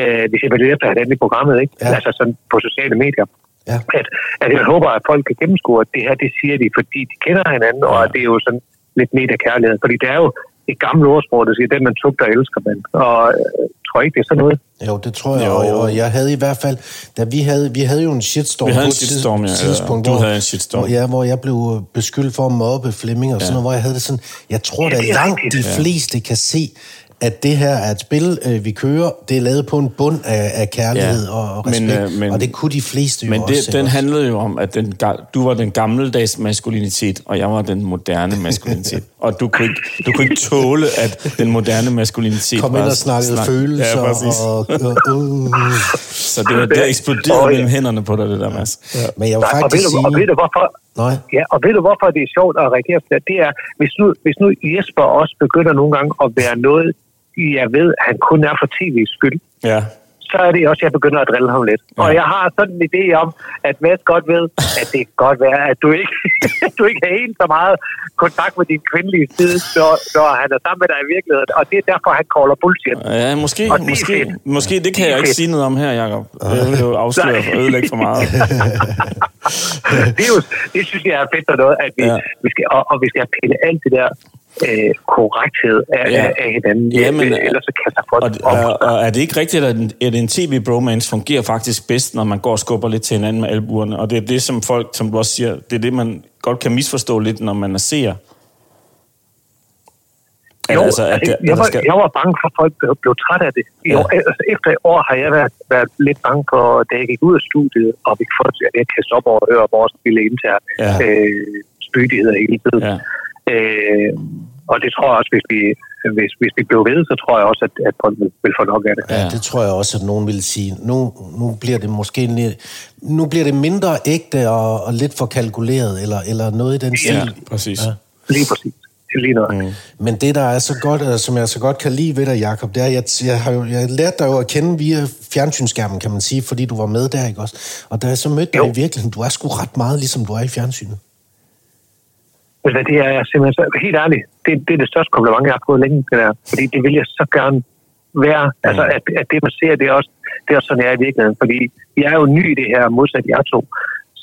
S4: øh, hvis jeg var lidt efter hinanden i programmet, ikke? Ja. altså sådan på sociale medier. Ja. At, at jeg håber, at folk kan gennemskue, at det her, det siger de, fordi de kender hinanden, ja. og at det er jo sådan lidt mediekærlighed. Fordi det er jo et gammelt ordsprog, der siger, den man tugter, elsker man. Og øh, tror ikke, det er sådan noget.
S1: Jo, det tror jeg, og, og jeg havde i hvert fald, da vi havde, vi havde jo en shitstorm
S2: Vi havde
S1: på
S2: en
S1: et tids-
S2: shitstorm, ja, ja.
S1: tidspunkt,
S2: Du
S1: hvor,
S2: havde en shitstorm.
S1: Hvor, ja, hvor jeg blev øh, beskyldt for at mobbe Flemming og sådan noget, hvor jeg havde det sådan, jeg tror da
S4: det er
S1: langt de
S4: rigtigt.
S1: fleste kan se, at det her er et spil, øh, vi kører, det er lavet på en bund af, af kærlighed
S2: Ja.
S1: og, og
S2: Men,
S1: respekt, men,
S2: øh,
S1: øh,
S2: men-
S1: men, og det kunne de fleste jo
S2: Men
S1: også.
S2: det, den
S1: ikke også?
S2: handlede jo om, at den, ga- du var den gammeldags maskulinitet, og jeg var den
S1: (laughs)
S2: moderne maskulinitet. og du kunne, ikke, du kunne ikke tåle, at den moderne maskulinitet
S1: kom ind og snakkede
S2: snak-
S1: følelser,
S2: Ja, præcis.
S1: og,
S2: (laughs)
S1: og, og uh,
S2: Så det var der eksploderede
S4: Åh, ja.
S2: mellem hænderne på dig, det der, Mads. Ja.
S1: men jeg vil
S4: Nej, og, ved
S1: faktisk
S4: du,
S1: sige...
S4: og ved du hvorfor?
S1: Nej.
S4: Ja, og ved du hvorfor det er sjovt at reagere på det? Det er, hvis nu, hvis nu Jesper også begynder nogle gange at være noget, jeg ved, han kun er for tv's skyld,
S2: ja.
S4: så er det også, at jeg begynder at drille ham lidt. Og jeg har sådan en idé om, at Mads godt ved, at det kan godt være, at du ikke, (laughs) at du ikke har helt så meget kontakt med din kvindelige side, når, når han er sammen med dig i virkeligheden. Og det er derfor, han caller bullshit.
S2: Ja, måske,
S4: Og det er
S2: måske,
S4: fedt.
S2: måske, det kan
S4: Det er
S2: jeg ikke
S4: fedt.
S2: sige noget om her, Jacob. Det vil jo afsløre
S4: Nej.
S2: for ødelægge for meget.
S4: (laughs) det, er jo, det synes jeg er fedt og noget, at vi,
S2: Ja.
S4: ja. vi skal, og, og vi skal pille alt det der øh, korrekthed af,
S2: Ja.
S4: ja. af hinanden.
S2: Ja, men,
S4: Øh, Ellers så kaster folk
S2: Og,
S4: op.
S2: og, og er det ikke rigtigt, at en, at en tv-bromance fungerer faktisk bedst, når man går og skubber lidt til hinanden med albuerne? Og det er det, som folk, som du også siger, det er det, man godt kan misforstå lidt, når man er seer.
S4: Jo,
S2: Eller
S4: altså,
S2: at
S4: altså,
S2: der-
S4: jeg,
S2: at der
S4: var,
S2: skal-
S4: jeg var bange for, at folk blev, blev trætte af det. Jo,
S2: Ja.
S4: altså, efter et år har jeg været, været lidt bange for, da jeg gik ud af studiet, og vi folk til at jeg kaste op over øre vores lille interne
S2: Ja.
S4: ja. øh, spydigheder hele tiden.
S2: Ja.
S4: Ja. Øh, og det tror jeg også, hvis vi, hvis, hvis vi blev ved, så tror jeg også, at, at folk vil, vil få nok af det.
S2: Ja.
S1: Ja. Det tror jeg også, at nogen vil sige. Nu, nu bliver det måske lidt, nu bliver det mindre ægte og, og lidt for kalkuleret, eller, eller noget i den stil.
S2: Ja, præcis. Ja.
S4: Lige præcis. Lige noget. Mm.
S1: Men det, der er så godt, eller som jeg så godt kan lide ved dig, Jacob, det er, jeg, jeg har jo, jeg lærte dig jo at kende via fjernsynsskærmen, kan man sige, fordi du var med der, ikke også? Og da jeg så mødte dig
S4: Jo.
S1: i virkeligheden, du er sgu ret meget, ligesom du er i fjernsynet.
S4: Ved du hvad, Altså, det er simpelthen så, helt ærligt, det, det er det største kompliment, jeg har fået længe, det der. Fordi det vil jeg så gerne være. Mm. Altså, at, at det, man ser, det er, også, det er også sådan, jeg er i virkeligheden. Fordi jeg er jo ny i det her, modsat jer to.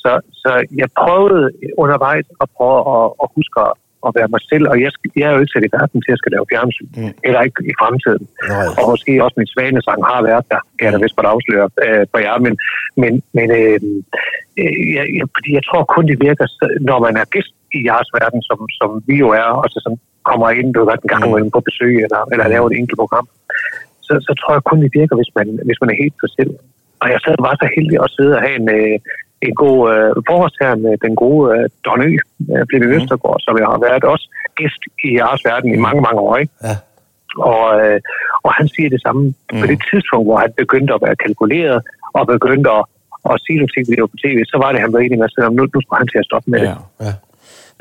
S4: Så, så jeg prøvede undervejs at prøve at, at huske at, at være mig selv, og jeg, skal, jeg er jo ikke sat i verden til, at jeg skal lave fjernsyn, mm. eller ikke i fremtiden.
S1: Nej.
S4: Og måske også min svanesang har været der, kan jeg da vist godt afsløre øh, for jer, men, men, men øh, øh, jeg, jeg, fordi jeg tror kun, det virker, så- når man er gæst i jeres verden, som, som vi jo er, og så som kommer ind, du ved, godt, en gang imellem på besøg, eller, eller laver et enkelt program, så, så tror jeg kun, det virker, hvis man, hvis man er helt sig selv. Og jeg sad bare så heldig at sidde og have en, øh, en god øh, forhånds her med den gode øh, Don Ø, øh, Flemming Østergaard, som jeg har været også gæst i jeres verden i mange, mange år, ikke?
S1: Ja.
S4: Og, øh, og han siger det samme mm. på det tidspunkt, hvor han begyndte at være kalkuleret og begyndte at, at sige nogle ting, vi var på tv, så var det, han var enig med sig om, nu, nu skulle han til at stoppe med ja.
S2: Ja.
S4: det.
S1: Ja.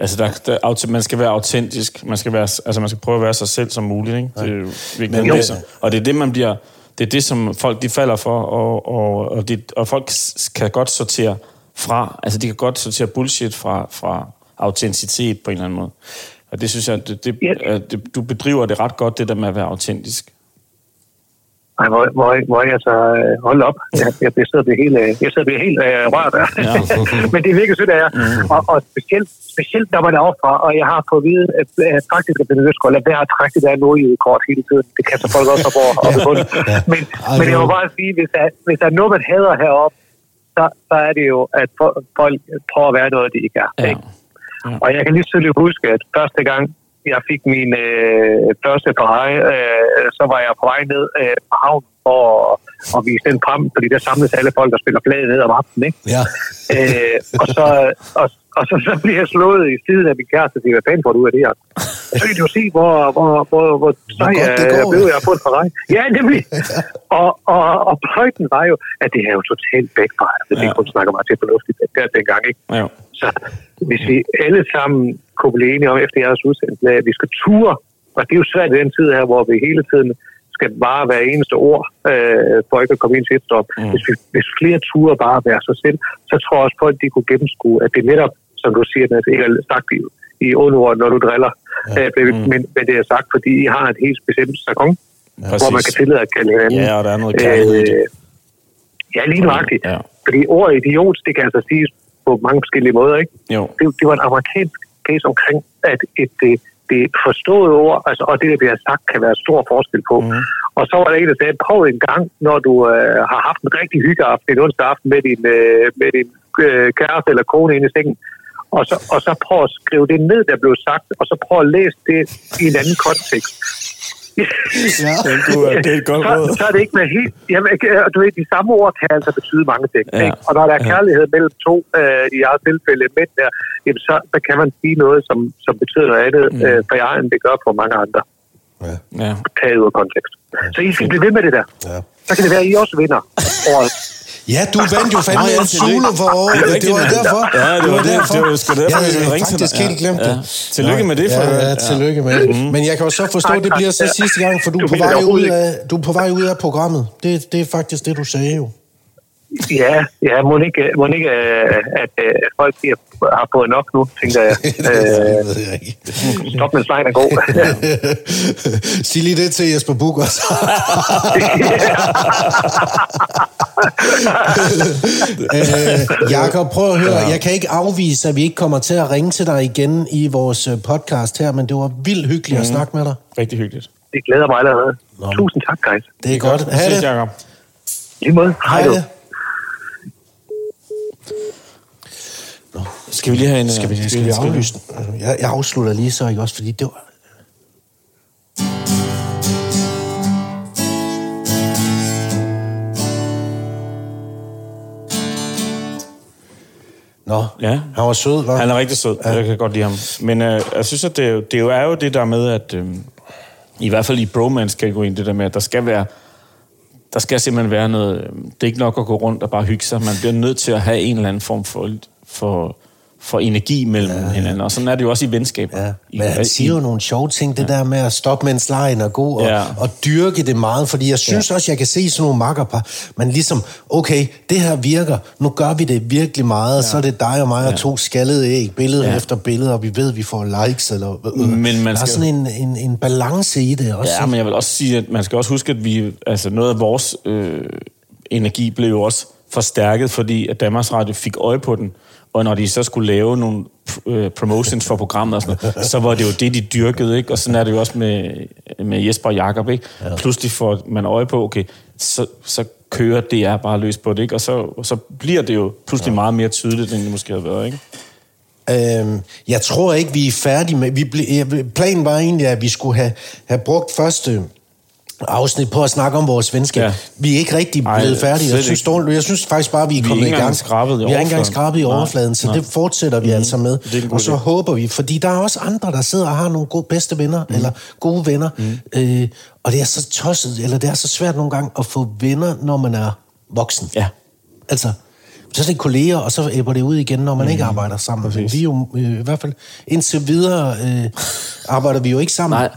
S2: Altså, der, der, aut- man skal være autentisk. Man skal, være, altså, man skal prøve at være sig selv som muligt. Ikke? Det er jo virkelig
S1: jo.
S2: det, som- Og det er det, man bliver... Det er det, som folk de falder for, og, og, og, det, og folk s- kan godt sortere fra. Altså, de kan godt sortere bullshit fra, fra autenticitet på en eller anden måde. Og det synes jeg, det, det,
S4: Ja.
S2: yeah. det, du bedriver det ret godt, det der med at være autentisk.
S4: Ej, hvor, hvor, hvor jeg så øh, hold op. Jeg, jeg blev sidder helt, øh, jeg sidder og bliver helt øh, rørt af.
S2: Ja.
S4: Ja. (laughs) Men det er virkelig sødt af jer. Mm. Og, og specielt, specielt når man er overfra, og jeg har fået at vide, at, at faktisk at Benny Østgaard lader være at trække det der nordjydekort hele tiden. Det kan så folk også op over. ja.
S1: Ja.
S4: Men,
S1: Ej,
S4: men
S1: det
S4: jeg må
S1: var-
S4: bare sige, hvis der, hvis der er noget, man hader heroppe, så, så er det jo, at fo- folk prøver at være noget, de ikke er.
S2: Ja.
S4: Ikke? Og jeg kan lige tydeligt huske, at første gang, jeg fik min øh, første pege, øh, så var jeg på vej ned øh, på havnen for at, at vise den frem, fordi der samledes alle folk, der spiller flag ned om aftenen. Ikke?
S1: Ja.
S4: Øh, og, så, og, Og så, så bliver jeg slået i siden af min kæreste, og siger, hvad fanden får du ud af det her? Så kan du jo se, hvor, hvor, hvor, hvor sej
S1: godt
S4: jeg,
S1: det går.
S4: jeg blev, jeg har fået fra dig. Ja, nemlig. og, og, og pløjten var jo, at det her er jo totalt altså, backfire, hvis
S2: Ja.
S4: ja. ikke hun snakker meget til fornuftigt der dengang, ikke?
S2: Ja.
S4: Så hvis vi alle sammen kunne blive enige om efter jeres udsendelse, at vi skal ture, og det er jo svært i den tid her, hvor vi hele tiden skal bare være eneste ord, øh, for ikke at komme ind til et stop. Mm. Hvis, vi, hvis flere ture bare være sig selv, så tror jeg også folk, de kunne gennemskue, at det er netop, som du siger, at det ikke er sagt i, i ord, når du driller. Ja. Øh,
S2: Mm.
S4: men, men det er sagt, fordi I har et helt bestemt sakon, ja, hvor man
S2: præcis.
S4: kan tillade at kalde hinanden. øh,
S2: Ja, og der er noget kærlighed i det.
S4: Ja, lige nøjagtigt.
S2: Ja.
S4: Ja. Fordi ordet idiot, det kan altså siges på mange forskellige måder, ikke?
S2: Jo.
S4: Det, det var en amerikansk case omkring, at et, det, det forståede ord, altså, og det, der bliver sagt, kan være stor forskel på. Mm. Og så var der en, der sagde, prøv en gang, når du øh, har haft en rigtig hyggeaften, en onsdag aften med din, øh, med din øh, kæreste eller kone inde i sengen, og så, og så prøv at skrive det ned, der blev sagt, og så prøv at læse det i en anden kontekst.
S1: Ja.
S2: Det er et godt
S4: (laughs) så,
S2: råd.
S4: så er det ikke med helt... Jamen, ikke, øh, du ved, de samme ord kan altså betyde mange ting.
S2: Ja.
S4: Ja. Ikke? Og når der er
S2: Ja.
S4: kærlighed mellem to, øh, i jeres tilfælde mænd der, jamen, så, så kan man sige noget, som, som betyder noget andet mm. øh, for jer, end det gør for mange andre.
S1: Ja.
S2: Ja.
S4: Taget ud af kontekst. Så I skal blive ved med det der.
S1: Ja.
S4: Så kan det være, at I også vinder. Og,
S1: Ja, (laughs) du vandt jo fandme
S2: Nej,
S1: en
S2: tillykke.
S1: solo for året.
S2: Det er
S1: Det,
S2: rigtigt,
S1: det var
S2: mand.
S1: derfor.
S2: Ja, det var det. Det var sgu derfor,
S1: Jeg
S2: vi ville
S1: havde
S2: ringe til
S1: faktisk
S2: dig.
S1: helt glemt
S2: Ja.
S1: det.
S2: Ja. Mhm. Tillykke med det, Frederik.
S1: Ja, ja, tillykke med det. Men jeg kan jo så forstå, at det bliver så sidste gang, for du er
S4: Du
S1: på
S4: mener
S1: vej ud
S4: overhovedet
S1: af, du er på vej ud af programmet. Det, det er faktisk det, du sagde jo.
S4: ja, ja, må ikke, må ikke øh, at øh, folk de har- har fået nok nu, tænker jeg. Øh,
S1: (laughs) Det ved jeg ikke. (laughs)
S4: stop med sejt er god. (laughs)
S1: Sig lige det til Jesper Buch også. (laughs) øh, Jakob, prøv at høre. Jeg kan ikke afvise, at vi ikke kommer til at ringe til dig igen i vores øh, podcast her, men det var vildt hyggeligt mm. at snakke med dig.
S2: Rigtig hyggeligt.
S4: det glæder mig allerede.
S1: Nå, men-
S4: Tusind tak, guys.
S1: Det er godt. Ha'
S2: Ses,
S1: det.
S2: Jacob.
S4: I Lige måde. Hej,
S1: Hej
S4: du.
S1: det.
S2: Skal vi lige have en... Øh, Skal vi,
S1: Skal vi aflyse den? Jeg, jeg afslutter lige så, ikke også? Fordi det var... Nå,
S2: Ja.
S1: han var sød, var
S2: Han er rigtig sød. Ja. Jeg kan godt lide ham. Men øh, jeg synes, at det, er jo- det er jo er jo det der med, at øh, i hvert fald i bromance-kategorien, det der med, at der skal være der skal simpelthen være noget... øh, Det er ikke nok at gå rundt og bare hygge sig. Man bliver nødt til at have en eller anden form for, for, for energi mellem ja. hinanden. Og sådan er det jo også i venskaber.
S1: Ja,
S2: I-
S1: men han
S2: i-
S1: siger jo nogle sjove ting, det der med at stoppe, mens lejen er god, og,
S2: Ja.
S1: ja. og dyrke det meget, fordi jeg synes ja. også, jeg kan se i sådan nogle makkerpar, man ligesom, okay, det her virker, nu gør vi det virkelig meget, ja. så er det dig og mig og
S2: Ja.
S1: ja. to skaldede æg, billede
S2: Ja.
S1: ja. efter billede, og vi ved, vi får likes, eller øh,
S2: Men man
S1: der
S2: skal-
S1: er sådan en, en, en balance i det også.
S2: Ja, men jeg vil også sige, at man skal også huske, at vi, altså noget af vores øh, energi blev jo også forstærket, fordi at Danmarks Radio fik øje på den. Og når de så skulle lave nogle øh, promotions for programmet og sådan noget, så var det jo det, de dyrkede, ikke? Og sådan er det jo også med, med Jesper og Jacob, ikke? Ja. Pludselig får man øje på, okay, så, så kører DR bare løs på det, ikke? Og så, så bliver det jo pludselig ja. meget mere tydeligt, end det måske havde været, ikke?
S1: Øhm, jeg tror ikke, vi er færdige med... Vi ble, ja, planen var egentlig, at vi skulle have, have brugt første afsnit på at snakke om vores venskab.
S2: Ja.
S1: Ja. Vi er ikke rigtig
S2: Ej,
S1: blevet færdige.
S2: slet
S1: Jeg synes,
S2: ikke.
S1: dårligt, jeg synes faktisk bare, vi er
S2: ikke
S1: kommet i
S2: engang
S1: gang.
S2: skrabet
S1: vi
S2: i
S1: har ikke
S2: overfladen.
S1: engang skrabet i
S2: Nej,
S1: overfladen, så
S2: nej.
S1: det fortsætter vi mm. altså med.
S2: Det er en god
S1: Og så
S2: idé.
S1: håber vi, fordi der er også andre, der sidder og har nogle gode bedste venner, mm. eller gode venner. Mm. Øh, og det er så tosset, eller det er så svært nogle gange at få venner, når man er voksen.
S2: Ja.
S1: Altså, så er det kolleger, og så æbber det ud igen, når man mm. ikke
S2: Mm-hmm.
S1: arbejder sammen. Men vi er jo øh, i hvert fald indtil videre øh, arbejder vi jo ikke sammen.
S2: Nej.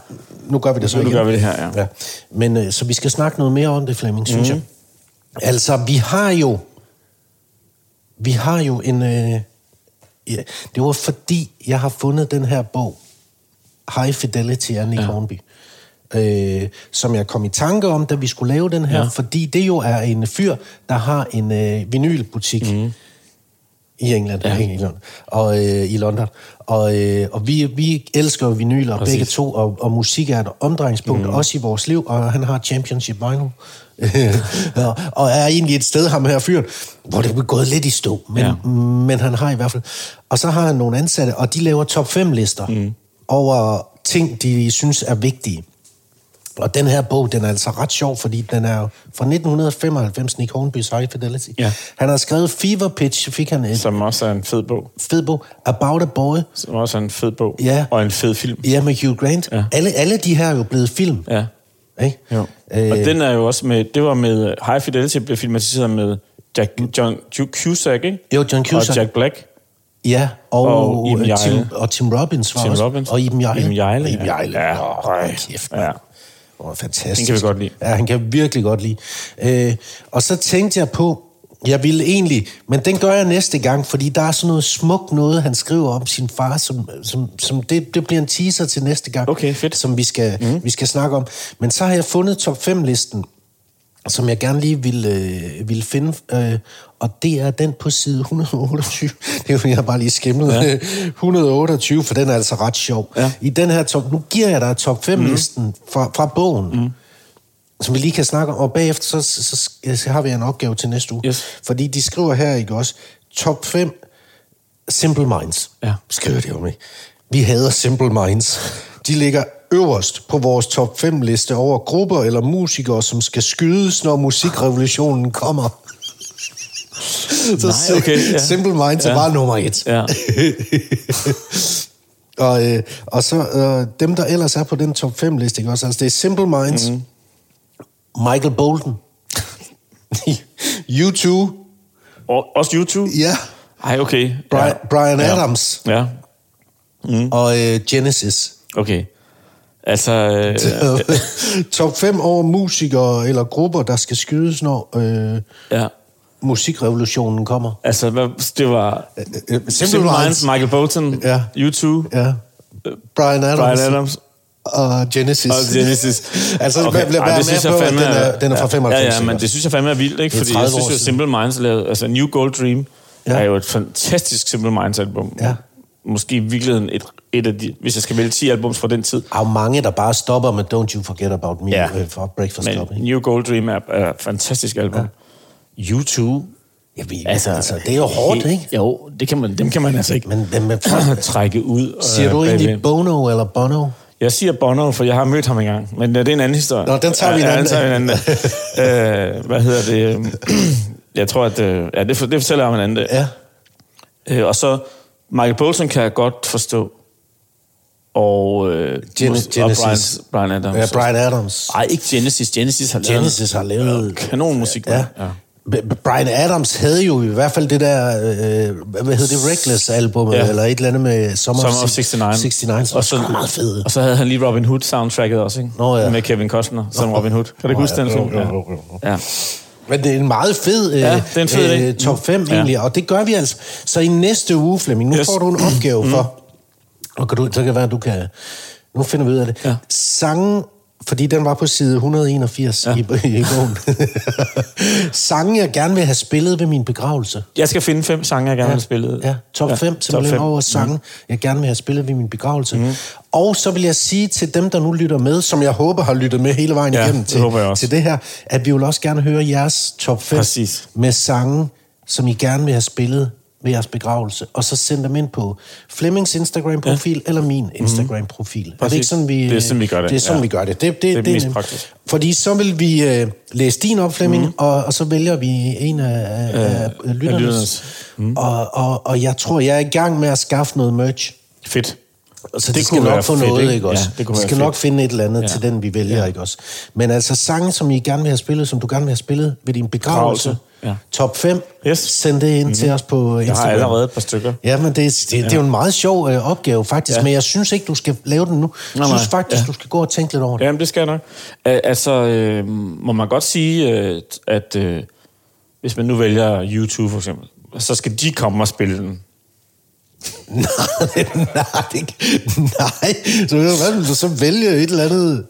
S1: Nu gør vi det så
S2: Nu
S1: igen.
S2: gør vi det her, ja. Mhm.
S1: ja. Men øh, så vi skal snakke noget mere om det, Flemming, synes jeg. Altså, vi har jo... Vi har jo en... Øh, ja, det var fordi, jeg har fundet den her bog, High Fidelity af Nick ja. Hornby, øh, som jeg kom i tanke om, da vi skulle lave den her,
S2: Ja.
S1: ja. fordi det jo er en fyr, der har en øh, vinylbutik mm. i England, ja. England og øh, i London. Og, øh, og vi, vi elsker jo vinyler Præcis. begge to, og, og musik er et omdrejningspunkt mm. også i vores liv, og han har Championship Vinyl. (laughs) og, og er egentlig et sted, ham her fyren, hvor det er gået lidt i stå, men,
S2: Ja.
S1: ja men han har i hvert fald. Og så har han nogle ansatte, og de laver top 5 lister mm. over ting, de synes er vigtige. Og den her bog, den er altså ret sjov, fordi den er jo fra 1995, Nick Hornby's High Fidelity.
S2: Ja.
S1: Han har skrevet Fever Pitch, fik han en
S2: Som også er en fed bog.
S1: fed bog, About a Boy,
S2: Som også er en fed bog.
S1: Ja.
S2: Og en fed film.
S1: ja, med Hugh Grant.
S2: Ja.
S1: Alle, alle de her er jo blevet film.
S2: Ja.
S1: Ikke?
S2: Jo. Øh, og den er jo også med, det var med, øh, High Fidelity blev filmatiseret med Jack, John Ju- Cusack, ikke?
S1: Mm. Jo, John Cusack.
S2: Og Jack Black.
S1: Ja, og,
S2: Og Iben
S1: øh, Tim,
S2: Hjejle.
S1: og Tim Robbins var
S2: Tim
S1: også.
S2: Robbins.
S1: Og Iben Jejle.
S2: Iben Hjejle,
S1: Og Iben
S2: ja.
S1: Hjejle.
S2: Ja,
S1: Åh,
S2: ej.
S1: hold kæft, mand.
S2: Ja.
S1: Åh, fantastisk.
S2: Den kan vi godt lide.
S1: Ja, han kan virkelig godt lide. Øh, og så tænkte jeg på, jeg ville egentlig, men den gør jeg næste gang, fordi der er sådan noget smukt noget, han skriver om sin far, som, som, som det, det bliver en teaser til næste gang,
S2: Okay, fedt. Mhm.
S1: som vi skal, mm. vi skal snakke om. Men så har jeg fundet top 5-listen, som jeg gerne lige vil, øh, vil finde, øh, og det er den på side 128. (laughs) Det er jo, jeg har bare lige skimlet. øh, Ja. 128, for den er altså ret sjov.
S2: Ja. Mhm.
S1: I den her top, nu giver jeg dig top 5-listen mm. fra, fra bogen, mm. som vi lige kan snakke om, og bagefter så, så, så, så har vi en opgave til næste uge.
S2: Yes.
S1: Fordi de skriver her, ikke også, top 5 Simple Minds.
S2: Ja.
S1: Skriver de om det. Vi hader Simple Minds. De ligger øverst på vores top 5 liste over grupper eller musikere, som skal skydes, når musikrevolutionen
S2: (laughs)
S1: kommer. Så
S2: Nej, okay, ja.
S1: Simple Minds ja. er
S2: Ja.
S1: bare nummer et.
S2: Ja.
S1: (laughs) Og, øh, og så øh, dem, der ellers er på den top 5 liste, ikke også? Altså, det er Simple Minds,
S2: Mhm.
S1: mm. Michael (laughs) Bolton, U2,
S2: Og, også YouTube.
S1: ja,
S2: Ej, okay.
S1: Brian,
S2: ja.
S1: Brian
S2: Ja.
S1: Adams
S2: Ja,
S1: og øh, Genesis.
S2: okay.
S1: (laughs)
S2: Altså, øh,
S1: top 5 over musikere eller grupper, der skal skydes, når øh,
S2: ja.
S1: musikrevolutionen kommer.
S2: Altså, hvad, det var
S1: Øh, øh, Simple,
S2: Simple Minds, Michael Bolton,
S1: Ja.
S2: U2,
S1: Ja. Brian Adams.
S2: Brian Adams.
S1: Og
S2: (laughs)
S1: Genesis.
S2: Og Genesis.
S1: Altså, okay. lad, lad
S2: ej,
S1: være
S2: det
S1: med
S2: synes jeg
S1: på, at
S2: fandme
S1: den er, den er fra 95.
S2: Ja, ja, men
S1: ikke?
S2: det synes jeg fandme er vildt, ikke?
S1: Det er
S2: Fordi
S1: 30
S2: jeg
S1: år
S2: synes jo,
S1: siden.
S2: Simple Minds lavede... Altså, New Gold Dream
S1: Ja.
S2: ja. er jo et fantastisk Simple Minds-album.
S1: Ja.
S2: Måske i virkeligheden et, et af de... Hvis jeg skal vælge 10 albums fra den tid.
S1: Der er jo mange, der bare stopper med Don't You Forget About Me
S2: Ja.
S1: øh, for Breakfast Club.
S2: Men New Gold Dream er, er et fantastisk album. Ja. U2...
S1: Jeg ved, altså, altså, det er jo hårdt,
S2: helt-
S1: ikke?
S2: Jo, det kan man, dem kan man altså ikke
S1: Men, men, men
S2: (clears throat) trække ud. øh,
S1: siger du egentlig
S2: bagved.
S1: Bono eller Bono?
S2: Jeg siger Bono, for jeg har mødt ham engang, men øh, det er en anden historie.
S1: Nå, den tager vi en
S2: Ja,
S1: anden
S2: den tager vi
S1: (laughs)
S2: en anden. dag. øh, hvad hedder det? (clears throat) jeg tror, at... Øh, ja, det, for, det fortæller jeg om en anden dag.
S1: Ja.
S2: Øh, og så Michael Bolton kan jeg godt forstå. Og, øh,
S1: Gen-
S2: mås-
S1: Genesis.
S2: og Brian, Brian Adams.
S1: Ja, Brian Adams.
S2: Nej, ikke Genesis. Genesis har lavet...
S1: Genesis har lavet...
S2: Kanonmusik.
S1: Ja.
S2: mand. ja.
S1: B- B- Brian Adams havde jo i hvert fald det der, øh, hvad hvad hed det, Reckless-album, ja.
S2: Ja.
S1: eller et eller andet med Summer,
S2: Summer of
S1: Si-
S2: 69.
S1: 69, som og så, meget fed.
S2: Og så havde han lige Robin Hood-soundtracket også, ikke?
S1: Nå, ja.
S2: Med Kevin Costner som Robin Hood. Kan du
S1: Nå,
S2: ikke huske
S1: ja.
S2: den
S1: Jo,
S2: film?
S1: jo, jo,
S2: ja.
S1: Men det er en meget fed, øh,
S2: Ja, det er en fed idé. Mm.
S1: top 5
S2: Ja.
S1: egentlig, og det gør vi altså. Så i næste uge, Flemming, nu yes.
S2: Yes. Mm.
S1: får du en opgave for, og kan du, så kan det være, at du kan, nu finder vi ud af det,
S2: Ja.
S1: sange, fordi den var på side 181 ja. i, i bogen. (laughs) sange, jeg gerne vil have spillet ved min begravelse.
S2: Jeg skal finde fem sange, jeg gerne vil spille.
S1: Ja, øh, top 5 ja, simpelthen
S2: fem. Mm.
S1: over sange, jeg gerne vil have spillet ved min begravelse. Mm. Og så vil jeg sige til dem, der nu lytter med, som jeg håber har lyttet med hele vejen
S2: Ja,
S1: igennem
S2: det
S1: til,
S2: håber jeg også.
S1: til det her, at vi vil også gerne høre jeres top 5
S2: Præcis.
S1: med sange, som I gerne vil have spillet ved jeres begravelse. Og så send dem ind på Flemmings Instagram-profil ja. eller min Instagram-profil. Er det
S2: Mhm. Præcis.
S1: ikke sådan, vi...
S2: Det er sådan, vi gør det.
S1: Det er sådan,
S2: Ja.
S1: vi gør det. Det,
S2: er
S1: det,
S2: mest
S1: nemt.
S2: praktisk.
S1: Fordi så vil vi øh, læse din op, Flemming, mm. og, og så vælger vi en af, af, af lytternes.
S2: Øh, lytternes.
S1: Mm. Og, og, og jeg tror, jeg er i gang med at skaffe noget merch.
S2: Fedt.
S1: Så det de
S2: Det
S1: skal
S2: kunne
S1: nok
S2: være
S1: få
S2: fedt,
S1: noget,
S2: ikke?
S1: ikke
S2: Ja,
S1: også?
S2: det kunne
S1: de
S2: være
S1: skal
S2: fedt.
S1: nok finde et eller andet ja.
S2: Ja.
S1: til den, vi vælger, ja. ikke også? Men altså sange, som I gerne vil have spillet, som du gerne vil have spillet ved din begravelse.
S2: Begravelse, ja.
S1: Top 5.
S2: Yes.
S1: Send det ind mm-hmm. til os på Instagram.
S2: Jeg har allerede et par stykker.
S1: Ja, men det, det, det, det er jo en meget sjov øh, opgave, faktisk. Ja. Men jeg synes ikke, du skal lave den nu. Jeg
S2: Nej,
S1: synes
S2: nej.
S1: faktisk,
S2: Ja.
S1: du skal gå og tænke lidt over det.
S2: Jamen, det skal jeg nok. Æ, altså, øh, må man godt sige, øh, at øh, hvis man nu vælger YouTube for eksempel, så skal de komme og spille den.
S1: (laughs) nej, nej, det- nej. Så, ved du hvad vil du så vælge et eller andet?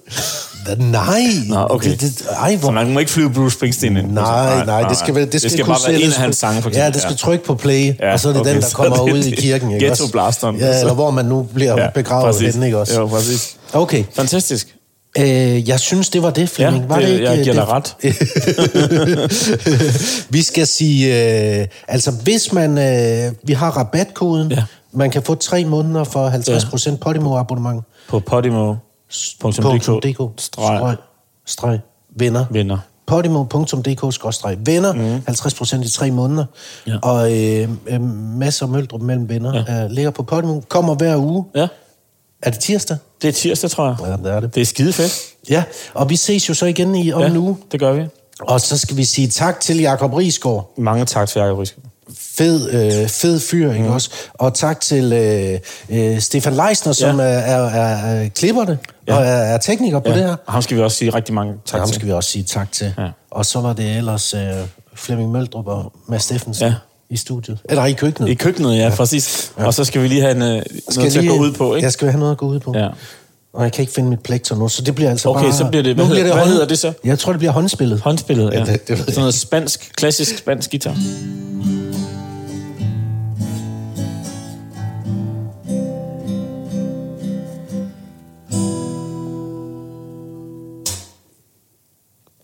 S1: Nej.
S2: Nå, okay.
S1: Det, det, ej, hvor...
S2: For man må ikke flyve Bruce Springsteen ind. Altså,
S1: Nej, nej, det skal, være- det skal,
S2: det skal
S1: kunne
S2: bare være en af
S1: sættes-
S2: hans sange, for
S1: Ja,
S2: eksempel.
S1: det skal trykke på play, ja,
S2: Ja,
S1: og så er det
S2: okay,
S1: den, der
S2: så
S1: kommer
S2: (laughs) er det
S1: ud i
S2: det.
S1: kirken. Ikke også?
S2: Ghettoblasteren.
S1: Ja, eller hvor man nu bliver ja,
S2: Ja,
S1: begravet
S2: præcis.
S1: henne, ikke også?
S2: Jo, præcis.
S1: Okay,
S2: Fantastisk.
S1: øh, jeg synes, det var det, Flemming.
S2: Ja,
S1: var
S2: det-
S1: ikke,
S2: jeg
S1: øh,
S2: giver
S1: det-
S2: dig ret.
S1: (laughs) vi skal sige, øh, altså hvis man, øh, vi har rabatkoden, ja.
S2: Ja.
S1: man kan få tre måneder for 50% Podimo-abonnement.
S2: På Podimo. .dk. Streg.
S1: Streg. Streg. Venner.
S2: Venner.
S1: Podimo.dk skråstreg venner, mm. 50% i tre måneder.
S2: Mhm. Ja.
S1: Ja. Og øh, øh, masser af møldrup mellem venner ja. øh, ligger på Podimo. Kommer hver uge.
S2: Ja,
S1: Er det tirsdag?
S2: det er tirsdag, tror jeg.
S1: Ja, det er det.
S2: Det er skide fedt.
S1: Ja, og vi ses jo så igen i, om
S2: Ja,
S1: ja. en uge.
S2: det gør vi.
S1: Og så skal vi sige tak til Jakob Risgaard.
S2: Mange tak til Jacob Rysk.
S1: fed, øh, fed fyr,
S2: Mm.
S1: ikke også? Og tak til øh, øh, Stefan Leisner, som
S2: Ja.
S1: ja. er, er, er klipperne
S2: Ja.
S1: ja. og er, er tekniker på ja. det her.
S2: Og ham skal vi også sige rigtig mange tak
S1: Tak ham
S2: til.
S1: skal vi også sige tak til.
S2: Ja.
S1: Ja. Og så var det ellers øh, Flemming Møldrup og Mads Steffensen
S2: Ja.
S1: ja. i studiet. Eller i køkkenet.
S2: I køkkenet, ja, præcis. Og så skal vi lige have en, øh, noget til at gå ud på, ikke?
S1: Jeg skal have noget at gå ud på.
S2: Ja.
S1: Og jeg kan ikke finde mit plekter nu, så det bliver altså
S2: Okay,
S1: bare...
S2: så bliver det-
S1: nu
S2: hvad hedder- hvad
S1: hånd-
S2: hedder det så?
S1: Jeg tror, det bliver håndspillet.
S2: Håndspillet, ja.
S1: Ja, det- det ved jeg
S2: Sådan noget spansk, klassisk spansk guitar.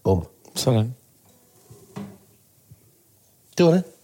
S1: Bum.
S2: Sådan.
S1: Det var det.